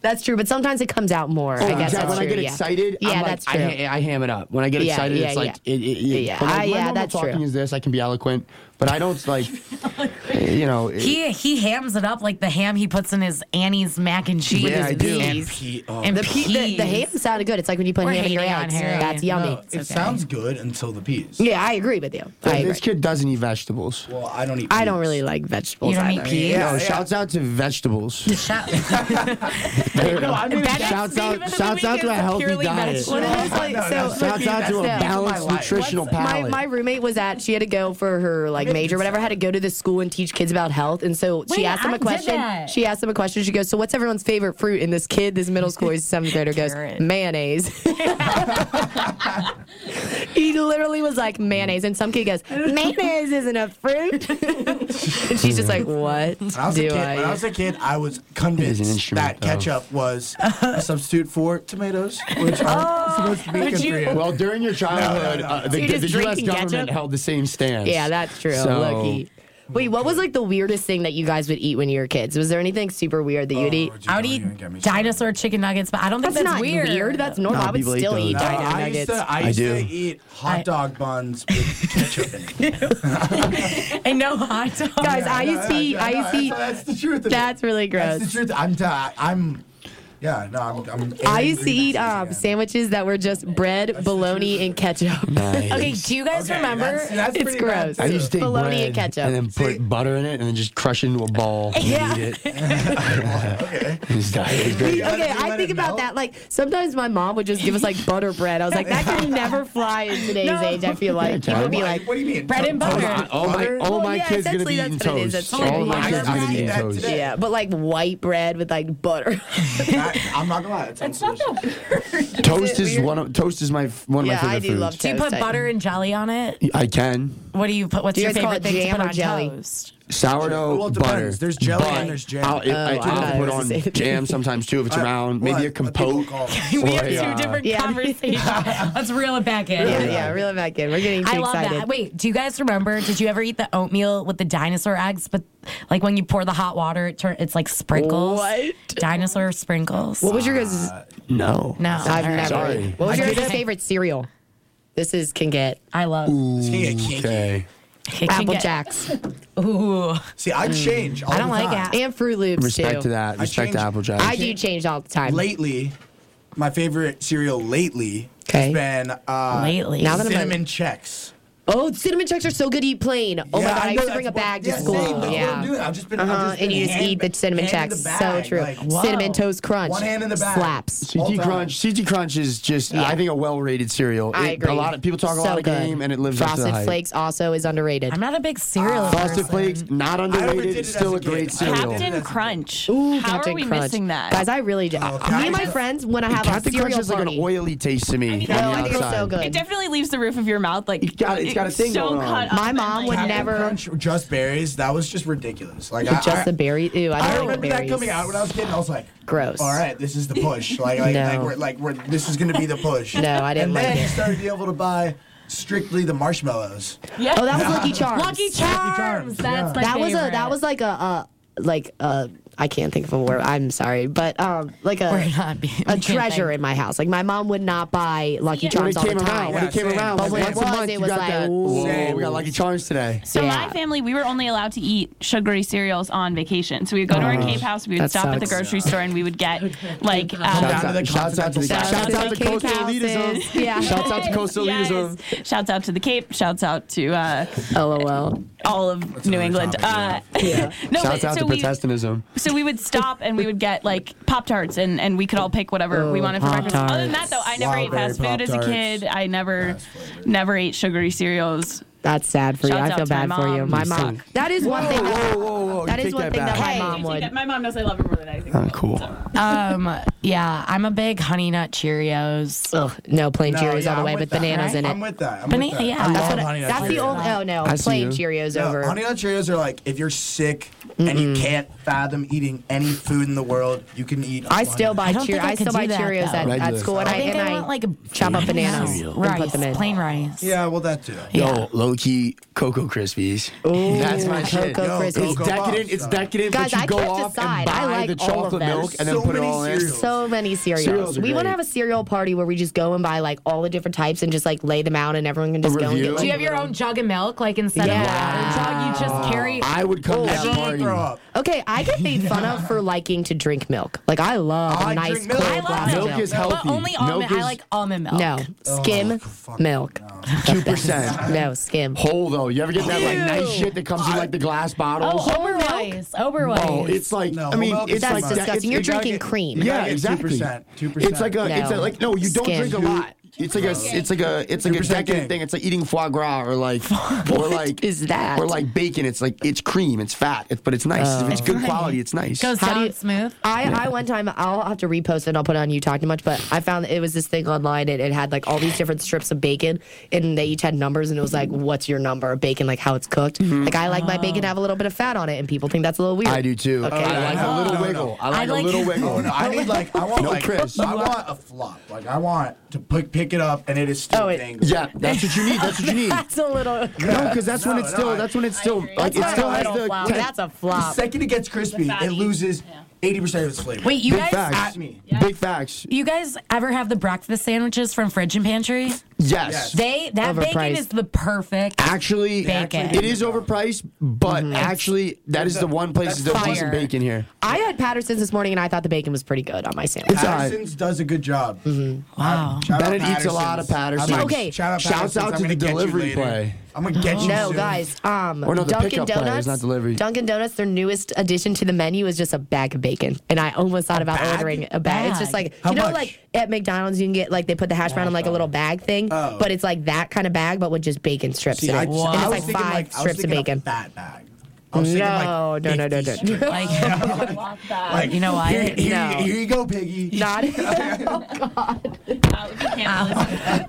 Speaker 1: that's true, but sometimes it comes out more. I guess
Speaker 3: Exactly.
Speaker 1: that's
Speaker 3: when
Speaker 1: true.
Speaker 3: I get
Speaker 1: yeah.
Speaker 3: excited,
Speaker 1: yeah,
Speaker 3: I'm like,
Speaker 1: that's
Speaker 3: I,
Speaker 1: true.
Speaker 3: ha- I ham it up. When I get
Speaker 1: Yeah,
Speaker 3: excited,
Speaker 1: yeah,
Speaker 3: it's like
Speaker 1: yeah.
Speaker 3: it, it, it,
Speaker 1: Yeah,
Speaker 3: But, like,
Speaker 1: I-
Speaker 3: my
Speaker 1: yeah,
Speaker 3: normal
Speaker 1: that's
Speaker 3: talking
Speaker 1: true.
Speaker 3: Is this I can be eloquent, but I don't
Speaker 1: [laughs]
Speaker 3: like, you know. it-
Speaker 4: He he hams it up like the ham he puts in his Annie's mac and cheese.
Speaker 3: Yeah, I do.
Speaker 4: And,
Speaker 6: Pete, oh,
Speaker 4: and
Speaker 1: the, pe- the, the ham sounded good. It's like when you put
Speaker 4: We're
Speaker 1: ham in your
Speaker 4: hating on
Speaker 1: eggs.
Speaker 4: Harry.
Speaker 1: That's yummy.
Speaker 6: no, it sounds good until the peas.
Speaker 1: Yeah, I agree with you. I agree.
Speaker 3: this kid doesn't eat vegetables.
Speaker 6: Well, I don't eat.
Speaker 1: I don't
Speaker 6: peas.
Speaker 1: really like vegetables
Speaker 4: You don't eat
Speaker 1: either.
Speaker 4: peas?
Speaker 3: no, shouts out
Speaker 1: [laughs]
Speaker 3: to vegetables. [laughs]
Speaker 4: Shout-
Speaker 3: no, I mean,
Speaker 7: Bennett's
Speaker 3: shouts
Speaker 7: beef of
Speaker 3: out,
Speaker 7: the
Speaker 3: shouts
Speaker 7: week
Speaker 3: out to a
Speaker 7: is
Speaker 3: healthy
Speaker 7: purely
Speaker 3: diet.
Speaker 7: vegetable.
Speaker 1: What
Speaker 3: [laughs]
Speaker 1: it is like
Speaker 6: No,
Speaker 1: so
Speaker 6: that's
Speaker 3: Shouts out to a
Speaker 1: Yeah.
Speaker 3: balanced
Speaker 6: What's-
Speaker 3: nutritional
Speaker 1: my,
Speaker 3: palate.
Speaker 1: my roommate was at she had to go for her like major whatever had to go to the school and teach kids about health and so she
Speaker 4: Wait,
Speaker 1: asked them
Speaker 4: I
Speaker 1: a
Speaker 4: did
Speaker 1: question
Speaker 4: that.
Speaker 1: she asked them a question she goes so what's everyone's favorite fruit and this kid this middle school he's a seventh grader goes
Speaker 4: Carrot.
Speaker 1: mayonnaise [laughs] he literally was like mayonnaise and some kid goes mayonnaise isn't a fruit [laughs] and she's just like what
Speaker 6: When I was,
Speaker 1: do
Speaker 6: a kid,
Speaker 1: I
Speaker 6: when I was a kid, I was
Speaker 3: It is an
Speaker 6: convinced
Speaker 3: instrument,
Speaker 6: that
Speaker 3: though.
Speaker 6: ketchup was
Speaker 1: [laughs]
Speaker 6: a substitute for tomatoes, which are
Speaker 1: Oh,
Speaker 6: supposed to be good for you.
Speaker 3: Well, during your childhood,
Speaker 6: no, no,
Speaker 3: uh,
Speaker 6: no.
Speaker 1: So
Speaker 3: the,
Speaker 1: you're just
Speaker 3: the U.S.
Speaker 1: drinking
Speaker 3: government
Speaker 1: ketchup?
Speaker 3: held the same stance.
Speaker 1: Yeah, that's true.
Speaker 3: So-
Speaker 1: Lucky. Wait, what was like the weirdest thing that you guys would eat when you were kids? Was there anything super weird that you'd
Speaker 6: Oh,
Speaker 1: eat?
Speaker 4: I would eat dinosaur chicken nuggets, but I don't think
Speaker 1: That's,
Speaker 4: that's,
Speaker 1: not weird.
Speaker 4: weird.
Speaker 1: That's normal.
Speaker 3: No,
Speaker 1: I would
Speaker 3: people eat
Speaker 1: still
Speaker 3: those.
Speaker 1: eat
Speaker 3: No,
Speaker 6: No,
Speaker 1: dino
Speaker 6: I used
Speaker 1: nuggets.
Speaker 6: to, I
Speaker 3: I
Speaker 6: used
Speaker 3: do.
Speaker 6: to eat hot dog buns
Speaker 1: [laughs]
Speaker 6: with ketchup in it.
Speaker 4: and no hot dog.
Speaker 1: Guys, I used to eat. I used to
Speaker 6: No,
Speaker 1: eat.
Speaker 6: That's, that's the truth. of it.
Speaker 1: That's really gross.
Speaker 6: That's the truth. I'm. T- I'm. Yeah. No. I'm. I'm
Speaker 1: I used to
Speaker 6: angry
Speaker 1: eat
Speaker 6: now.
Speaker 1: um, sandwiches that were just bread, bologna, and ketchup.
Speaker 4: okay, do you guys
Speaker 6: Okay,
Speaker 4: remember?
Speaker 6: that's- that's
Speaker 1: it's
Speaker 6: pretty bad,
Speaker 1: gross.
Speaker 6: too.
Speaker 3: I used to take
Speaker 1: Bologna
Speaker 3: bread
Speaker 1: and ketchup.
Speaker 3: and then put butter in it, and then just crush it into a
Speaker 1: [laughs]
Speaker 3: ball and
Speaker 4: Yeah.
Speaker 3: eat it.
Speaker 6: [laughs] Okay.
Speaker 3: It was
Speaker 1: [laughs]
Speaker 3: di- it was great.
Speaker 6: Yeah,
Speaker 1: okay,
Speaker 6: you
Speaker 1: I
Speaker 6: let
Speaker 1: think
Speaker 6: it
Speaker 1: about
Speaker 6: melt.
Speaker 1: that. Like sometimes my mom would just give us like butter bread. I was like, that could never fly in today's age. I feel like people would be
Speaker 6: Why-
Speaker 1: like,
Speaker 6: what do you mean?
Speaker 4: bread and
Speaker 3: Oh,
Speaker 4: butter.
Speaker 3: my- All my, all
Speaker 1: Well,
Speaker 3: my
Speaker 1: yeah,
Speaker 3: kids gonna
Speaker 1: essentially
Speaker 3: be eating
Speaker 1: that's what it is. That's
Speaker 3: toast.
Speaker 1: what it
Speaker 3: All
Speaker 1: is.
Speaker 3: my
Speaker 1: I
Speaker 3: kids
Speaker 1: remember
Speaker 3: gonna be eating
Speaker 6: that
Speaker 3: toast.
Speaker 6: today.
Speaker 1: yeah, but like white bread with like butter.
Speaker 6: I, I'm not gonna lie. It's not
Speaker 3: Toast is one of toast is my f- one of
Speaker 1: Yeah, I
Speaker 3: my
Speaker 1: do
Speaker 3: favorite
Speaker 1: love
Speaker 3: foods.
Speaker 4: do you put
Speaker 1: toast. I-
Speaker 4: butter and jelly on it?
Speaker 3: I can
Speaker 4: What do you put? What's
Speaker 1: Do you
Speaker 4: your
Speaker 1: guys call
Speaker 4: favorite
Speaker 1: it
Speaker 4: thing to
Speaker 1: jam
Speaker 4: put
Speaker 1: or
Speaker 4: on
Speaker 1: jelly?
Speaker 4: toast? [laughs]
Speaker 3: sourdough
Speaker 6: Well, it
Speaker 3: butter.
Speaker 6: depends. There's jelly
Speaker 3: but
Speaker 6: and there's jam.
Speaker 3: I'll, I,
Speaker 1: Oh, I
Speaker 3: I'll
Speaker 1: thought it
Speaker 3: put
Speaker 1: was the same
Speaker 3: on
Speaker 1: thing.
Speaker 3: jam sometimes too if it's around. Maybe a compote.
Speaker 4: We
Speaker 3: Or
Speaker 4: have
Speaker 3: a, uh,
Speaker 4: two different
Speaker 1: Yeah. [laughs]
Speaker 4: conversations. Let's reel it back in.
Speaker 1: Yeah, yeah, reel it back in. We're getting too
Speaker 4: I love
Speaker 1: excited.
Speaker 4: that. Wait, do you guys remember? Did you ever eat the oatmeal with the dinosaur eggs? But like when you pour the hot water, it turn, it's like sprinkles.
Speaker 1: What?
Speaker 4: Dinosaur sprinkles.
Speaker 1: What was your guys?
Speaker 3: No.
Speaker 4: no,
Speaker 1: I've
Speaker 4: all right.
Speaker 1: never.
Speaker 3: Uh, Sorry.
Speaker 1: What was
Speaker 4: I
Speaker 1: your
Speaker 4: did
Speaker 1: guys'
Speaker 4: it.
Speaker 1: favorite cereal? This is can get
Speaker 4: I love
Speaker 3: Okay.
Speaker 4: it can
Speaker 1: Apple
Speaker 4: get-
Speaker 1: Jacks
Speaker 4: Ooh,
Speaker 6: See, I
Speaker 1: Mm.
Speaker 6: change. All
Speaker 4: I don't
Speaker 6: the
Speaker 4: like
Speaker 6: time.
Speaker 4: it.
Speaker 1: and Fruit Loops
Speaker 3: Respect
Speaker 1: too.
Speaker 3: to that.
Speaker 6: I
Speaker 3: Respect to
Speaker 6: changed-
Speaker 3: Applejack.
Speaker 1: I do change all the time.
Speaker 6: Lately, my favorite cereal lately
Speaker 1: Okay.
Speaker 6: has been uh,
Speaker 4: lately.
Speaker 1: Now that-
Speaker 6: cinnamon checks.
Speaker 1: Oh, cinnamon checks are so good to eat plain. Oh my
Speaker 6: Yeah,
Speaker 1: god, I,
Speaker 6: know
Speaker 1: used to
Speaker 6: that's
Speaker 1: bring a
Speaker 6: what-
Speaker 1: bag to
Speaker 6: yeah,
Speaker 1: school.
Speaker 6: Same, that's
Speaker 1: yeah.
Speaker 6: what I'm doing. I've just been, I've
Speaker 1: Uh-huh,
Speaker 6: just been
Speaker 1: and you just
Speaker 6: hand-
Speaker 1: eat the cinnamon
Speaker 6: hand
Speaker 1: checks.
Speaker 6: in the bag,
Speaker 1: so true.
Speaker 6: like,
Speaker 1: cinnamon toast crunch.
Speaker 6: One hand in the bag.
Speaker 1: Slaps.
Speaker 6: all
Speaker 3: CT
Speaker 6: time.
Speaker 3: Crunch, CT Crunch is just, I think, a well-rated cereal.
Speaker 1: I
Speaker 3: It-
Speaker 1: agree.
Speaker 3: A lot of people talk a
Speaker 1: so
Speaker 3: lot of
Speaker 1: good.
Speaker 3: game, and it lives up to
Speaker 1: Frosted
Speaker 3: the hype.
Speaker 1: Flakes also is underrated.
Speaker 4: I'm not a big
Speaker 1: Ah.
Speaker 4: cereal.
Speaker 3: Frosted
Speaker 4: person.
Speaker 3: Flakes, not
Speaker 6: overdid
Speaker 3: underrated.
Speaker 6: it
Speaker 3: It's still a
Speaker 6: as a
Speaker 3: great
Speaker 6: kid.
Speaker 3: cereal.
Speaker 6: Captain
Speaker 7: Captain Crunch.
Speaker 1: Ooh,
Speaker 7: How
Speaker 1: Captain
Speaker 7: are we
Speaker 1: Crunch.
Speaker 7: missing that?
Speaker 1: guys? I really do. me
Speaker 6: Captain
Speaker 1: and my
Speaker 6: Crunch-
Speaker 1: friends when I have
Speaker 3: Oh, Captain
Speaker 1: a cereal
Speaker 3: Crunch is like
Speaker 1: party.
Speaker 3: an oily taste to me. on the
Speaker 7: know,
Speaker 1: I think it's
Speaker 3: outside.
Speaker 1: so good.
Speaker 7: it definitely leaves the roof of your mouth like
Speaker 3: It's got- it's got a thing
Speaker 7: so
Speaker 3: going on.
Speaker 7: cut
Speaker 1: My
Speaker 7: up and,
Speaker 1: mom
Speaker 7: like,
Speaker 1: would
Speaker 7: [laughs]
Speaker 6: Captain
Speaker 1: never-
Speaker 6: Crunch, just berries. That was just ridiculous. Like I,
Speaker 1: With just
Speaker 6: I,
Speaker 1: the berry. Ew, I don't
Speaker 6: I
Speaker 1: like
Speaker 6: remember that
Speaker 1: berries.
Speaker 6: coming out when I was a kid. And I was like,
Speaker 1: Gross.
Speaker 6: All right, this is the push. Like, like,
Speaker 1: No.
Speaker 6: like, we're, like we're, this is gonna be the
Speaker 1: [laughs]
Speaker 6: push.
Speaker 1: No, I didn't
Speaker 6: And
Speaker 1: like
Speaker 6: then you
Speaker 1: it.
Speaker 6: started being able to buy strictly the marshmallows.
Speaker 7: Yeah.
Speaker 1: Oh, that was Oh, Lucky Charms.
Speaker 4: Lucky Charms. That's
Speaker 6: Charms,
Speaker 4: my
Speaker 1: That was a.
Speaker 4: favorite.
Speaker 1: That was like a. Uh, like a I can't think of a word. I'm sorry, but um, like a
Speaker 4: We're not being- we
Speaker 1: a
Speaker 4: can't
Speaker 1: treasure
Speaker 4: think.
Speaker 1: in my house. Like my mom would not buy Lucky
Speaker 3: When
Speaker 1: Charms
Speaker 3: it
Speaker 1: all the
Speaker 3: came around,
Speaker 1: time.
Speaker 3: when
Speaker 6: Yeah,
Speaker 3: it came
Speaker 6: same.
Speaker 3: around,
Speaker 6: But
Speaker 3: like
Speaker 1: when it
Speaker 3: once a
Speaker 1: was,
Speaker 3: month,
Speaker 1: it
Speaker 3: you
Speaker 1: was
Speaker 3: got
Speaker 1: like,
Speaker 3: that.
Speaker 1: ooh.
Speaker 3: we got Lucky Charms today.
Speaker 7: So
Speaker 1: Yeah.
Speaker 7: my family, we were only allowed to eat sugary cereals on vacation. So we would go to our Cape house, we would
Speaker 1: that
Speaker 7: stop at the
Speaker 1: sucks.
Speaker 7: grocery store, and we would get like
Speaker 3: Shout
Speaker 7: uh,
Speaker 3: out to the shouts out to the-
Speaker 1: Shouts out
Speaker 3: shouts out to
Speaker 1: to
Speaker 3: coastal
Speaker 1: Cape houses.
Speaker 3: elitism.
Speaker 1: Yeah.
Speaker 3: Shouts
Speaker 7: [laughs]
Speaker 3: out to coastal
Speaker 7: yes.
Speaker 3: elitism.
Speaker 7: Shouts out to the Cape. Shouts out to uh,
Speaker 1: LOL.
Speaker 7: all of New
Speaker 6: another
Speaker 7: England.
Speaker 6: topic, yeah.
Speaker 7: uh, [laughs] no,
Speaker 3: Shouts
Speaker 7: but,
Speaker 3: out
Speaker 7: so
Speaker 3: to
Speaker 7: we,
Speaker 3: Protestantism.
Speaker 7: So we would stop and we would get like Pop Tarts and, and we could all pick whatever we wanted for breakfast. Other than that though, I never ate
Speaker 6: Wildberry
Speaker 7: fast food as a
Speaker 6: Pop-Tarts.
Speaker 7: kid. I never
Speaker 6: Fast flavor.
Speaker 7: never ate sugary cereals.
Speaker 1: That's sad for you.
Speaker 7: Shouts
Speaker 1: I feel
Speaker 7: out to my
Speaker 1: bad for you.
Speaker 7: mom.
Speaker 1: My mom. That is one thing.
Speaker 3: Whoa,
Speaker 1: that-
Speaker 3: whoa, whoa!
Speaker 1: That
Speaker 3: you
Speaker 1: is
Speaker 3: take
Speaker 1: one
Speaker 3: that
Speaker 1: thing
Speaker 3: back.
Speaker 1: that my mom would.
Speaker 7: My mom knows I love her more than anything.
Speaker 3: Oh, cool.
Speaker 4: Um, yeah, I'm a big Honey Nut Cheerios.
Speaker 1: Ugh, no, plain
Speaker 6: No,
Speaker 1: Cheerios
Speaker 6: yeah,
Speaker 1: all the
Speaker 6: I'm
Speaker 1: way,
Speaker 6: with
Speaker 1: with
Speaker 6: that.
Speaker 1: bananas in
Speaker 6: I'm
Speaker 1: it.
Speaker 6: with that. I'm
Speaker 4: Bana-
Speaker 6: with that.
Speaker 4: yeah.
Speaker 6: I
Speaker 4: That's
Speaker 6: love
Speaker 4: what I-
Speaker 6: Honey Nut
Speaker 1: That's the
Speaker 6: Cheerios.
Speaker 1: old. Oh no,
Speaker 3: I see
Speaker 1: plain
Speaker 3: you.
Speaker 1: Cheerios
Speaker 6: No,
Speaker 1: over.
Speaker 6: Honey Nut Cheerios are like if you're sick and you can't fathom eating any food in the world, you can eat.
Speaker 1: I still buy
Speaker 4: I don't
Speaker 1: cheer.
Speaker 4: think I
Speaker 1: I still
Speaker 4: could
Speaker 1: buy
Speaker 4: do that,
Speaker 1: Cheerios at,
Speaker 4: though.
Speaker 1: at
Speaker 3: Regular
Speaker 1: school, and I,
Speaker 4: I think
Speaker 1: and
Speaker 4: I
Speaker 1: I,
Speaker 4: want like a
Speaker 1: chop up bananas and
Speaker 4: rice,
Speaker 1: put them in.
Speaker 4: plain rice.
Speaker 6: Yeah, well that too.
Speaker 3: Yo, low key Cocoa Krispies. That's my shit.
Speaker 1: Cocoa
Speaker 6: Yo,
Speaker 1: Krispies.
Speaker 3: It's
Speaker 6: Cocoa
Speaker 3: decadent.
Speaker 6: Puffs,
Speaker 3: It's
Speaker 6: uh,
Speaker 3: decadent.
Speaker 1: Guys,
Speaker 3: but you
Speaker 1: I
Speaker 3: go
Speaker 1: can't
Speaker 3: off
Speaker 1: decide.
Speaker 3: and buy
Speaker 1: I like
Speaker 3: the
Speaker 1: all of
Speaker 3: chocolate
Speaker 1: them.
Speaker 3: milk and
Speaker 6: So
Speaker 3: then put it
Speaker 6: many
Speaker 3: all
Speaker 6: cereals.
Speaker 1: so many cereals.
Speaker 3: Cereals are
Speaker 1: we want to
Speaker 3: great.
Speaker 1: have a cereal party where we just go and buy like all the different types and just like lay them out, and everyone can just go and
Speaker 3: review?
Speaker 1: get. Like,
Speaker 4: Do you have your own jug of milk? Like instead of
Speaker 1: Yeah.
Speaker 4: of water jug, you just carry.
Speaker 3: in. Ah. I would come to that
Speaker 6: Someone throw
Speaker 3: party.
Speaker 6: up.
Speaker 1: Okay, I get made fun of for liking to drink milk. Like I love a
Speaker 6: I
Speaker 1: nice
Speaker 6: drink milk.
Speaker 1: cold
Speaker 6: I love
Speaker 1: glass of
Speaker 3: milk.
Speaker 1: milk.
Speaker 3: Milk is
Speaker 4: But
Speaker 3: healthy.
Speaker 4: only almond.
Speaker 3: Milk
Speaker 4: I
Speaker 3: is
Speaker 4: like almond milk.
Speaker 1: no skim
Speaker 6: fuck
Speaker 1: milk.
Speaker 3: Two percent.
Speaker 1: [laughs] No skim.
Speaker 3: Whole though. You ever get that like nice shit that comes in like the glass bottles?
Speaker 4: Oh, Oberweis. Oberweis.
Speaker 3: Oh, it's like
Speaker 6: No,
Speaker 3: I mean,
Speaker 6: whole milk
Speaker 3: it's
Speaker 6: is
Speaker 1: That's
Speaker 3: like
Speaker 6: fine.
Speaker 3: that-
Speaker 1: disgusting.
Speaker 3: it's-
Speaker 1: You're
Speaker 3: you gotta
Speaker 1: drinking
Speaker 3: get-
Speaker 1: cream.
Speaker 6: You
Speaker 3: Yeah,
Speaker 6: gotta get
Speaker 3: exactly.
Speaker 6: 2%, 2%.
Speaker 3: It's like a, it's a,
Speaker 1: No.
Speaker 3: like no, you don't
Speaker 1: Skim.
Speaker 3: drink a lot. It's like a, it's like a, it's like a
Speaker 6: 2%
Speaker 3: decadent
Speaker 6: gang.
Speaker 3: thing. It's like eating foie gras or like,
Speaker 1: [laughs]
Speaker 3: or like
Speaker 1: is that?
Speaker 3: Or like bacon. It's like it's cream. It's fat. It's, but it's nice. if
Speaker 1: Uh,
Speaker 3: it's good quality, it's nice.
Speaker 4: goes
Speaker 1: How do
Speaker 4: down
Speaker 1: you-
Speaker 4: smooth.
Speaker 1: I, I one time I'll have to repost it and I'll put it on you talk too much, but I found that it was this thing online and it had like all these different strips of bacon and they each had numbers and it was like what's your number of bacon like how it's cooked. Like I like my bacon to have a little bit of fat on it and people think that's a little weird.
Speaker 3: Mm-hmm. [laughs] I do too.
Speaker 1: Okay.
Speaker 3: I like a
Speaker 6: No,
Speaker 3: little
Speaker 6: no, no.
Speaker 3: wiggle. I like,
Speaker 4: like-
Speaker 3: a little wiggle.
Speaker 6: Oh, no, I need like I want
Speaker 3: No
Speaker 6: like
Speaker 3: crisp.
Speaker 6: I want a flop. Like I want to pick pick it up and it is still
Speaker 1: Oh, it-
Speaker 6: dangling.
Speaker 3: Yeah, that's what you need. [laughs] That's what you
Speaker 1: [laughs]
Speaker 3: need.
Speaker 1: That's a little
Speaker 3: No, because that's when
Speaker 6: No,
Speaker 3: it's
Speaker 6: no,
Speaker 3: still.
Speaker 6: I-
Speaker 3: that's when it's still. Like
Speaker 1: That's
Speaker 3: it
Speaker 1: not
Speaker 3: still
Speaker 1: a
Speaker 3: has
Speaker 1: little
Speaker 3: the.
Speaker 1: flop.
Speaker 3: tech-
Speaker 1: That's a
Speaker 6: The
Speaker 3: [laughs]
Speaker 1: flop.
Speaker 6: second it gets crispy, it loses eighty percent of its flavor.
Speaker 4: Wait, you
Speaker 3: Big
Speaker 4: guys.
Speaker 3: facts.
Speaker 6: at me.
Speaker 3: Big facts.
Speaker 4: You guys ever have the breakfast sandwiches from Fridge and Pantry?
Speaker 3: Yes.
Speaker 4: They that bacon
Speaker 1: Overpriced. Ah.
Speaker 4: is the perfect.
Speaker 3: Actually, Mm-hmm.
Speaker 4: Bacon.
Speaker 3: it is overpriced, but actually, that is the one place that there
Speaker 4: fire.
Speaker 3: wasn't bacon here.
Speaker 1: I had Patterson's this morning and I thought the bacon was pretty good on my sandwich.
Speaker 3: It's all right.
Speaker 6: Patterson's does a good job.
Speaker 4: Wow.
Speaker 6: Shout out
Speaker 3: Bennett Mm-hmm. eats a lot of Patterson's.
Speaker 6: I'm like,
Speaker 1: Okay.
Speaker 6: Shout out,
Speaker 3: Shouts
Speaker 6: Patterson's.
Speaker 3: out
Speaker 6: I'm
Speaker 3: to
Speaker 6: gonna
Speaker 3: the
Speaker 6: get you
Speaker 3: delivery
Speaker 6: later.
Speaker 3: play.
Speaker 6: I'm gonna get you.
Speaker 1: No,
Speaker 6: soon.
Speaker 1: guys. Um,
Speaker 3: Or no, the
Speaker 1: Dunkin'
Speaker 3: pickup players,
Speaker 1: Donuts.
Speaker 3: not delivery.
Speaker 1: Dunkin' Donuts. Their newest addition to the menu is just a bag of bacon, and I almost thought about ordering a bag. It's just
Speaker 4: Bag.
Speaker 1: like
Speaker 6: How
Speaker 1: you know,
Speaker 6: much?
Speaker 1: like at McDonald's, you can get like they put the hash brown in like a little bag thing, but it's like that kind of bag, but with just bacon strips
Speaker 6: Oh. See,
Speaker 1: in
Speaker 6: I,
Speaker 1: it,
Speaker 6: I
Speaker 1: and
Speaker 6: was
Speaker 1: it's like
Speaker 6: thinking,
Speaker 1: five
Speaker 6: like, I was
Speaker 1: strips of
Speaker 6: thinking a
Speaker 1: bacon.
Speaker 6: Fat bag. I was thinking, like,
Speaker 1: No, no, no, no, no,
Speaker 6: 50
Speaker 1: no.
Speaker 4: Like,
Speaker 6: Like,
Speaker 4: you
Speaker 1: [laughs]
Speaker 4: know why?
Speaker 6: Here,
Speaker 4: [laughs]
Speaker 6: here,
Speaker 1: No.
Speaker 6: here you go,
Speaker 1: [laughs]
Speaker 6: Piggy. [laughs]
Speaker 1: Not
Speaker 4: I
Speaker 1: [laughs]
Speaker 4: know.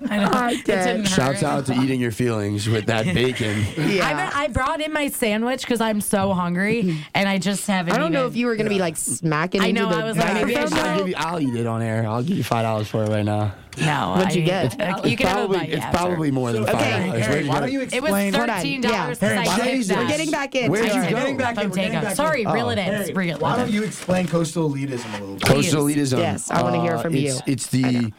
Speaker 1: I
Speaker 4: It
Speaker 1: did.
Speaker 4: didn't
Speaker 3: Shouts
Speaker 4: hurt.
Speaker 3: [laughs] out to eating your feelings with [laughs] that bacon.
Speaker 1: yeah.
Speaker 4: I, bet I brought in my sandwich because I'm
Speaker 1: [laughs]
Speaker 4: so hungry and I just haven't.
Speaker 1: I don't know
Speaker 4: even-
Speaker 1: if you were gonna be like smacking.
Speaker 4: I know,
Speaker 1: Into the
Speaker 4: I was like,
Speaker 1: microphone
Speaker 4: maybe I should-
Speaker 1: though.
Speaker 3: I'll give you. I'll eat it on air. I'll give you five dollars for it right now.
Speaker 4: No.
Speaker 1: [laughs] What'd you
Speaker 4: I- uh,
Speaker 1: get?
Speaker 4: You can have a
Speaker 3: probably,
Speaker 4: bite
Speaker 3: it's
Speaker 4: after.
Speaker 3: probably more than
Speaker 1: Okay,
Speaker 3: five dollars.
Speaker 6: Harry, why don't you
Speaker 4: It was
Speaker 6: explain?
Speaker 1: Hold on.
Speaker 4: thirteen dollars.
Speaker 1: Yeah.
Speaker 6: Why
Speaker 4: because
Speaker 6: is
Speaker 4: I
Speaker 6: it-
Speaker 1: We're
Speaker 4: tipped
Speaker 1: getting
Speaker 4: that.
Speaker 1: back in.
Speaker 3: Where'd you
Speaker 1: Sorry.
Speaker 3: go?
Speaker 6: Getting back in,
Speaker 4: From
Speaker 6: we're getting
Speaker 4: Tego.
Speaker 6: back in.
Speaker 4: Sorry, reel
Speaker 3: Oh.
Speaker 4: it
Speaker 6: Harry,
Speaker 4: in. Reel
Speaker 6: why
Speaker 4: it
Speaker 6: don't
Speaker 4: in.
Speaker 6: you explain coastal elitism a little bit?
Speaker 3: Coastal elitism.
Speaker 1: Yes, I wanna hear
Speaker 3: uh,
Speaker 1: from
Speaker 3: it's-
Speaker 1: you.
Speaker 3: It's the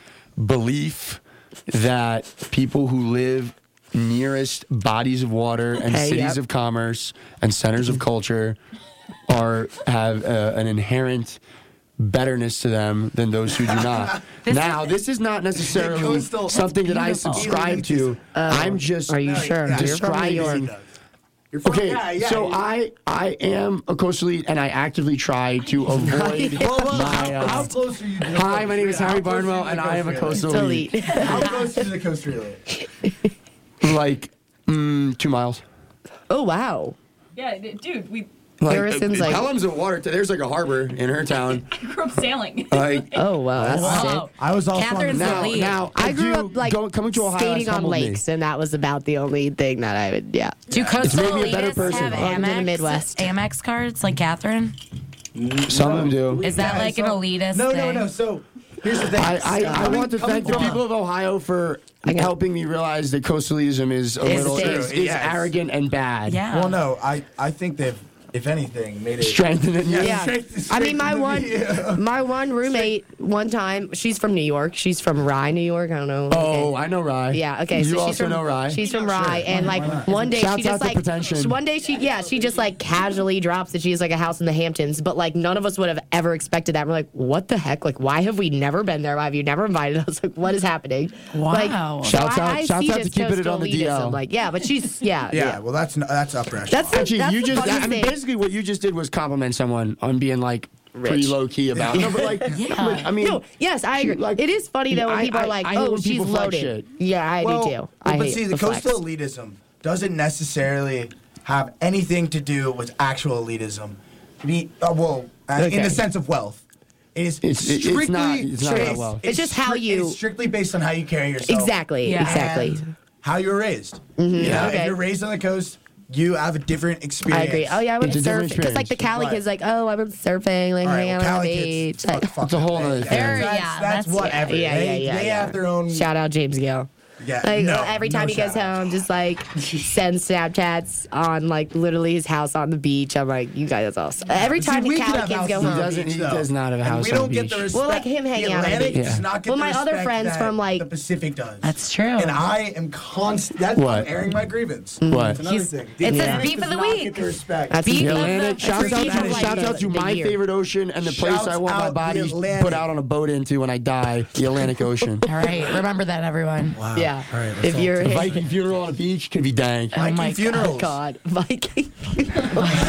Speaker 3: belief that people who live nearest bodies of water and
Speaker 1: Okay,
Speaker 3: cities
Speaker 1: yep.
Speaker 3: of commerce and centers of culture are have uh, an inherent betterness to them than those who do
Speaker 1: [laughs]
Speaker 3: not. now, this is not necessarily
Speaker 6: coastal-
Speaker 3: something that I
Speaker 4: Beautiful.
Speaker 3: subscribe to. I'm just
Speaker 1: Oh, Are you sure?
Speaker 6: yeah.
Speaker 1: You're from New York.
Speaker 3: describing
Speaker 6: You're from-
Speaker 3: Okay,
Speaker 6: yeah, yeah,
Speaker 3: so
Speaker 6: you-
Speaker 3: I I am a coastal elite, and I actively try to
Speaker 1: [laughs]
Speaker 3: avoid
Speaker 6: Whoa, whoa,
Speaker 3: my.
Speaker 6: how,
Speaker 3: uh,
Speaker 6: how close are you? To the
Speaker 3: Hi, my name is
Speaker 6: coast
Speaker 3: Harry
Speaker 6: relay? How close
Speaker 3: Barnwell,
Speaker 6: are you to
Speaker 3: and I
Speaker 6: the
Speaker 3: am a
Speaker 6: coast
Speaker 3: coastal elite.
Speaker 1: Delete.
Speaker 6: relay? How close are you to the coast relay?
Speaker 3: Like mm, two miles.
Speaker 1: [laughs] Oh wow.
Speaker 7: Yeah, dude, we [laughs]
Speaker 1: Harrison's
Speaker 3: uh,
Speaker 1: like-
Speaker 3: Pelham's a water. There's like a harbor in
Speaker 1: [laughs]
Speaker 3: her town.
Speaker 7: grew up sailing.
Speaker 3: Like
Speaker 1: Oh wow. That's sick.
Speaker 4: Wow.
Speaker 6: I was also on the
Speaker 4: Catherine's
Speaker 3: now,
Speaker 4: elite.
Speaker 3: now
Speaker 1: I grew
Speaker 3: do-
Speaker 1: up like
Speaker 3: go- coming to Ohio
Speaker 1: skating
Speaker 3: has
Speaker 1: on
Speaker 3: humbled me.
Speaker 1: lakes, and that was about the only thing that I would. Yeah,
Speaker 4: Do coastal
Speaker 3: made me a better
Speaker 4: elitists
Speaker 3: person.
Speaker 4: have
Speaker 1: Welcome to the
Speaker 4: Amex,
Speaker 1: Midwest.
Speaker 4: Amex cards like Catherine?
Speaker 3: Some of them do.
Speaker 4: Is that
Speaker 6: Yeah,
Speaker 4: like an
Speaker 6: so-
Speaker 4: elitist
Speaker 6: No, no,
Speaker 4: thing?
Speaker 6: no. So here's the thing.
Speaker 3: I, I, I want to
Speaker 6: Coming
Speaker 3: thank the
Speaker 6: from-
Speaker 3: people of Ohio for helping me realize that coastalism is a
Speaker 1: It's
Speaker 3: little
Speaker 1: true,
Speaker 3: is, is
Speaker 6: yes.
Speaker 3: arrogant and bad.
Speaker 4: Yeah.
Speaker 6: Well, no, I, I think they've if anything, made it.
Speaker 3: Strengthening you.
Speaker 1: Yeah. I mean, my one, my one roommate one time. She's from New York. She's from Rye, New York. I don't know.
Speaker 3: [laughs] Oh, I know Rye.
Speaker 1: Yeah. Okay.
Speaker 3: You
Speaker 1: so
Speaker 3: also
Speaker 1: she's from,
Speaker 3: know Rye.
Speaker 1: She's from Rye, and like one day
Speaker 3: Shouts
Speaker 1: she
Speaker 3: out
Speaker 1: just
Speaker 3: to
Speaker 1: like
Speaker 3: Pretension.
Speaker 1: she- one day she yeah she just like casually drops that she has like a house in the Hamptons, but like none of us would have ever expected that. We're like, what the heck? Like, why have we never been there? Why have you never invited us? [laughs] Like, what is happening? Like,
Speaker 8: Wow.
Speaker 1: so
Speaker 3: Shouts
Speaker 1: I-
Speaker 3: out-
Speaker 1: I
Speaker 3: shouts
Speaker 1: see
Speaker 3: out to
Speaker 1: this
Speaker 3: keeping it on the
Speaker 1: coastal elitism,
Speaker 3: DL.
Speaker 1: Like, yeah, but
Speaker 3: [laughs]
Speaker 1: she's yeah
Speaker 9: Yeah, well, that's n- that's up pressure.
Speaker 1: That's the-
Speaker 3: Actually,
Speaker 1: that's
Speaker 3: you
Speaker 1: the
Speaker 3: just
Speaker 1: funniest
Speaker 3: I mean,
Speaker 1: thing.
Speaker 3: basically what you just did was compliment someone on being like pretty
Speaker 1: Rich.
Speaker 3: low key
Speaker 4: [laughs]
Speaker 3: about. it. No, but like, but, I mean,
Speaker 1: No, yes, I
Speaker 3: She-
Speaker 1: agree.
Speaker 3: like-
Speaker 1: it is funny though when
Speaker 3: I-
Speaker 1: people
Speaker 3: I-
Speaker 1: are like,
Speaker 3: I hate
Speaker 1: "Oh,
Speaker 3: when
Speaker 1: she's
Speaker 3: people flex
Speaker 1: loaded."
Speaker 3: shit.
Speaker 1: Yeah, I
Speaker 6: Well,
Speaker 1: do too. I
Speaker 6: but
Speaker 1: hate
Speaker 6: see, the
Speaker 1: flex.
Speaker 6: coastal elitism doesn't necessarily have anything to do with actual elitism. We, uh, well, uh, in
Speaker 1: Okay.
Speaker 6: the sense of wealth, it is
Speaker 3: It's- it- it's
Speaker 6: strictly.
Speaker 3: not- it's not about wealth.
Speaker 1: It's just how
Speaker 6: stric-
Speaker 1: you-
Speaker 6: It's strictly based on how you carry yourself.
Speaker 1: Exactly,
Speaker 4: Yeah.
Speaker 1: exactly. Mm-hmm.
Speaker 6: and How you were raised. You know,
Speaker 1: Okay.
Speaker 6: If you're raised on the coast, you have a different experience.
Speaker 1: I agree. Oh yeah, I went
Speaker 3: It's a different
Speaker 1: surfing because like the
Speaker 3: experience.
Speaker 1: Cali
Speaker 6: Right.
Speaker 1: kids, like, "Oh, I went surfing, like
Speaker 6: All right,
Speaker 1: hanging
Speaker 6: well,
Speaker 1: out on the
Speaker 6: Cali
Speaker 1: beach."
Speaker 6: kids,
Speaker 1: Like, [laughs]
Speaker 6: fuck, fuck
Speaker 3: It's a whole other thing.
Speaker 6: That's,
Speaker 4: Yeah,
Speaker 6: that's,
Speaker 4: that's-
Speaker 6: that's whatever.
Speaker 1: yeah, yeah,
Speaker 6: they,
Speaker 1: yeah,
Speaker 6: they
Speaker 1: yeah.
Speaker 6: have their own.
Speaker 1: shout out James Gill.
Speaker 6: Yeah,
Speaker 1: Like
Speaker 6: no,
Speaker 1: every
Speaker 6: no
Speaker 1: time he goes
Speaker 6: shout out.
Speaker 1: home, just like send Snapchats on like literally his house on the beach. I'm like, you guys all. Every
Speaker 6: See,
Speaker 1: time the
Speaker 6: we could
Speaker 1: Cali
Speaker 6: have
Speaker 1: kids
Speaker 6: houses
Speaker 1: go
Speaker 6: on the
Speaker 1: home,
Speaker 6: beach,
Speaker 3: Doesn't- he
Speaker 6: though.
Speaker 3: does not have a
Speaker 6: And
Speaker 3: house
Speaker 6: we
Speaker 3: on
Speaker 6: don't
Speaker 3: the
Speaker 6: get the
Speaker 3: beach.
Speaker 6: respect.
Speaker 1: Well, like him hanging
Speaker 6: the
Speaker 1: out on the
Speaker 6: Atlantic
Speaker 1: beach.
Speaker 6: does
Speaker 3: Yeah.
Speaker 6: not get
Speaker 1: Well,
Speaker 6: the
Speaker 1: my other
Speaker 6: respect
Speaker 1: friends
Speaker 6: that
Speaker 1: from, like-
Speaker 6: the Pacific does.
Speaker 4: That's true.
Speaker 6: And I am constant. That's
Speaker 3: What?
Speaker 6: I'm airing my grievance.
Speaker 3: What?
Speaker 6: That's another
Speaker 4: He's-
Speaker 6: thing.
Speaker 4: it's
Speaker 6: The
Speaker 4: his
Speaker 6: Atlantic
Speaker 4: beef of
Speaker 6: does
Speaker 4: the
Speaker 6: not
Speaker 4: week.
Speaker 6: Get the respect.
Speaker 1: That's
Speaker 4: Beef
Speaker 1: the
Speaker 4: of
Speaker 3: The Atlantic.
Speaker 4: the-
Speaker 3: Shouts out,
Speaker 1: freaking
Speaker 3: to,
Speaker 1: Atlantic
Speaker 3: shouts out to
Speaker 1: of the
Speaker 3: my
Speaker 1: year.
Speaker 3: favorite ocean and the place
Speaker 6: Shouts
Speaker 3: I want my
Speaker 6: out
Speaker 3: body
Speaker 6: the Atlantic.
Speaker 3: put out on a boat into when I die.
Speaker 1: [laughs]
Speaker 3: The Atlantic Ocean.
Speaker 4: All right, remember that,
Speaker 3: [laughs]
Speaker 4: everyone.
Speaker 1: Yeah.
Speaker 9: All right, let's
Speaker 1: if
Speaker 9: all
Speaker 1: you're
Speaker 3: A Viking funeral on a beach could be dang.
Speaker 4: Oh
Speaker 6: Viking
Speaker 4: my
Speaker 6: funerals.
Speaker 1: God, [laughs] Viking.
Speaker 4: All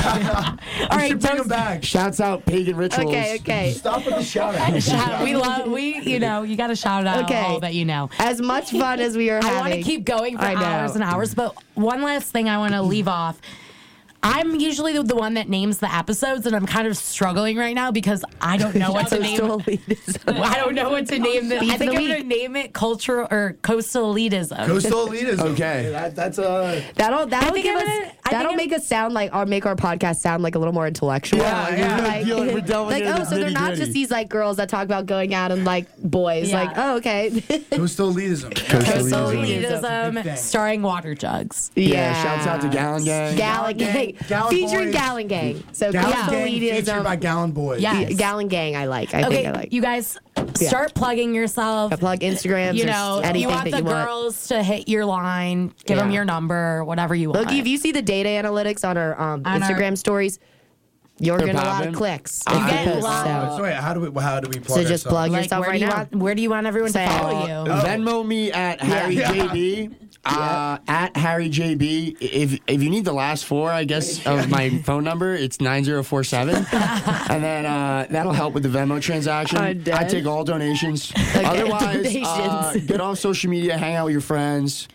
Speaker 4: right,
Speaker 6: Should bring them
Speaker 1: [laughs]
Speaker 4: toast-
Speaker 6: back.
Speaker 3: Shouts out pagan rituals.
Speaker 1: Okay, okay.
Speaker 6: Stop with the shout out.
Speaker 4: Yeah, we love we. You know, you got to shout out
Speaker 1: Okay.
Speaker 4: all that you know.
Speaker 1: As much fun as we are
Speaker 4: I
Speaker 1: having,
Speaker 4: want to keep going for
Speaker 1: I know.
Speaker 4: hours and hours, but one last thing I want
Speaker 1: [clears throat]
Speaker 4: to leave off. I'm usually the, the one that names the episodes, and I'm kind of struggling right now because I don't know what to name.
Speaker 1: Coastal [laughs] elitism.
Speaker 4: [laughs] I don't know what to name this.
Speaker 1: Beef
Speaker 4: I
Speaker 1: of
Speaker 4: think
Speaker 1: the
Speaker 4: I'm gonna
Speaker 1: week.
Speaker 4: name it cultural or coastal elitism.
Speaker 6: Coastal elitism.
Speaker 3: Okay.
Speaker 6: That, that's uh, a.
Speaker 1: That'll that'll
Speaker 4: think
Speaker 1: give
Speaker 4: I'm
Speaker 1: us
Speaker 4: gonna- I think
Speaker 1: that'll
Speaker 4: I'm-
Speaker 1: make us sound like or make our podcast sound like a little more intellectual.
Speaker 3: Yeah,
Speaker 1: like, [laughs]
Speaker 3: yeah.
Speaker 1: like,
Speaker 3: You're like, we're done with
Speaker 1: like,
Speaker 3: the
Speaker 1: oh, so they're not
Speaker 3: nitty-gritty.
Speaker 1: just these like girls that talk about going out and like boys.
Speaker 4: Yeah.
Speaker 1: Like, oh, okay. [laughs]
Speaker 9: coastal elitism.
Speaker 4: Coastal
Speaker 1: elitism.
Speaker 6: Big
Speaker 4: elitism,
Speaker 6: thing.
Speaker 4: starring water jugs.
Speaker 1: yeah.
Speaker 3: Yeah, shouts out to Gallon Gang.
Speaker 1: Gallon Gang, [laughs]
Speaker 6: Gallon
Speaker 1: featuring
Speaker 6: Boys.
Speaker 1: Gallon Gang. So
Speaker 6: Gallon
Speaker 1: Coastal
Speaker 6: Gang featured by
Speaker 1: elitism.
Speaker 6: Gallon Boys.
Speaker 4: Yeah. Yes.
Speaker 1: Gallon Gang, I like. I
Speaker 4: Okay,
Speaker 1: think I like.
Speaker 4: you guys, start plugging yourself.
Speaker 1: I plug Instagrams.
Speaker 4: you
Speaker 1: or
Speaker 4: know,
Speaker 1: anything
Speaker 4: you want
Speaker 1: that
Speaker 4: the
Speaker 1: you want.
Speaker 4: girls to hit your line, give them
Speaker 1: Yeah.
Speaker 4: your number, whatever you want.
Speaker 1: Look, if you see the data analytics on our um,
Speaker 4: On our-
Speaker 1: Instagram stories, you're
Speaker 3: They're Ah,
Speaker 1: getting a lot
Speaker 3: popping.
Speaker 1: of clicks.
Speaker 3: You
Speaker 1: If
Speaker 4: get
Speaker 1: you post,
Speaker 4: a lot.
Speaker 1: so-
Speaker 9: So wait, how do we how do we plug
Speaker 1: So
Speaker 9: ourselves?
Speaker 1: just plug
Speaker 4: like,
Speaker 1: yourself
Speaker 4: where,
Speaker 1: right
Speaker 4: do you
Speaker 1: now.
Speaker 4: want, where do you want everyone
Speaker 1: Say, "Oh,
Speaker 4: to follow you?
Speaker 3: Venmo me at Harry JB. Uh, at Harry JB. If if you need the last four,
Speaker 1: [laughs]
Speaker 3: I guess of my phone number, it's nine zero four seven, [laughs] and then uh, that'll help with the Venmo transaction.
Speaker 1: I'm dead.
Speaker 3: I take
Speaker 1: [laughs]
Speaker 3: all donations. Otherwise, uh,
Speaker 1: donations.
Speaker 3: get off social media, hang out with your friends,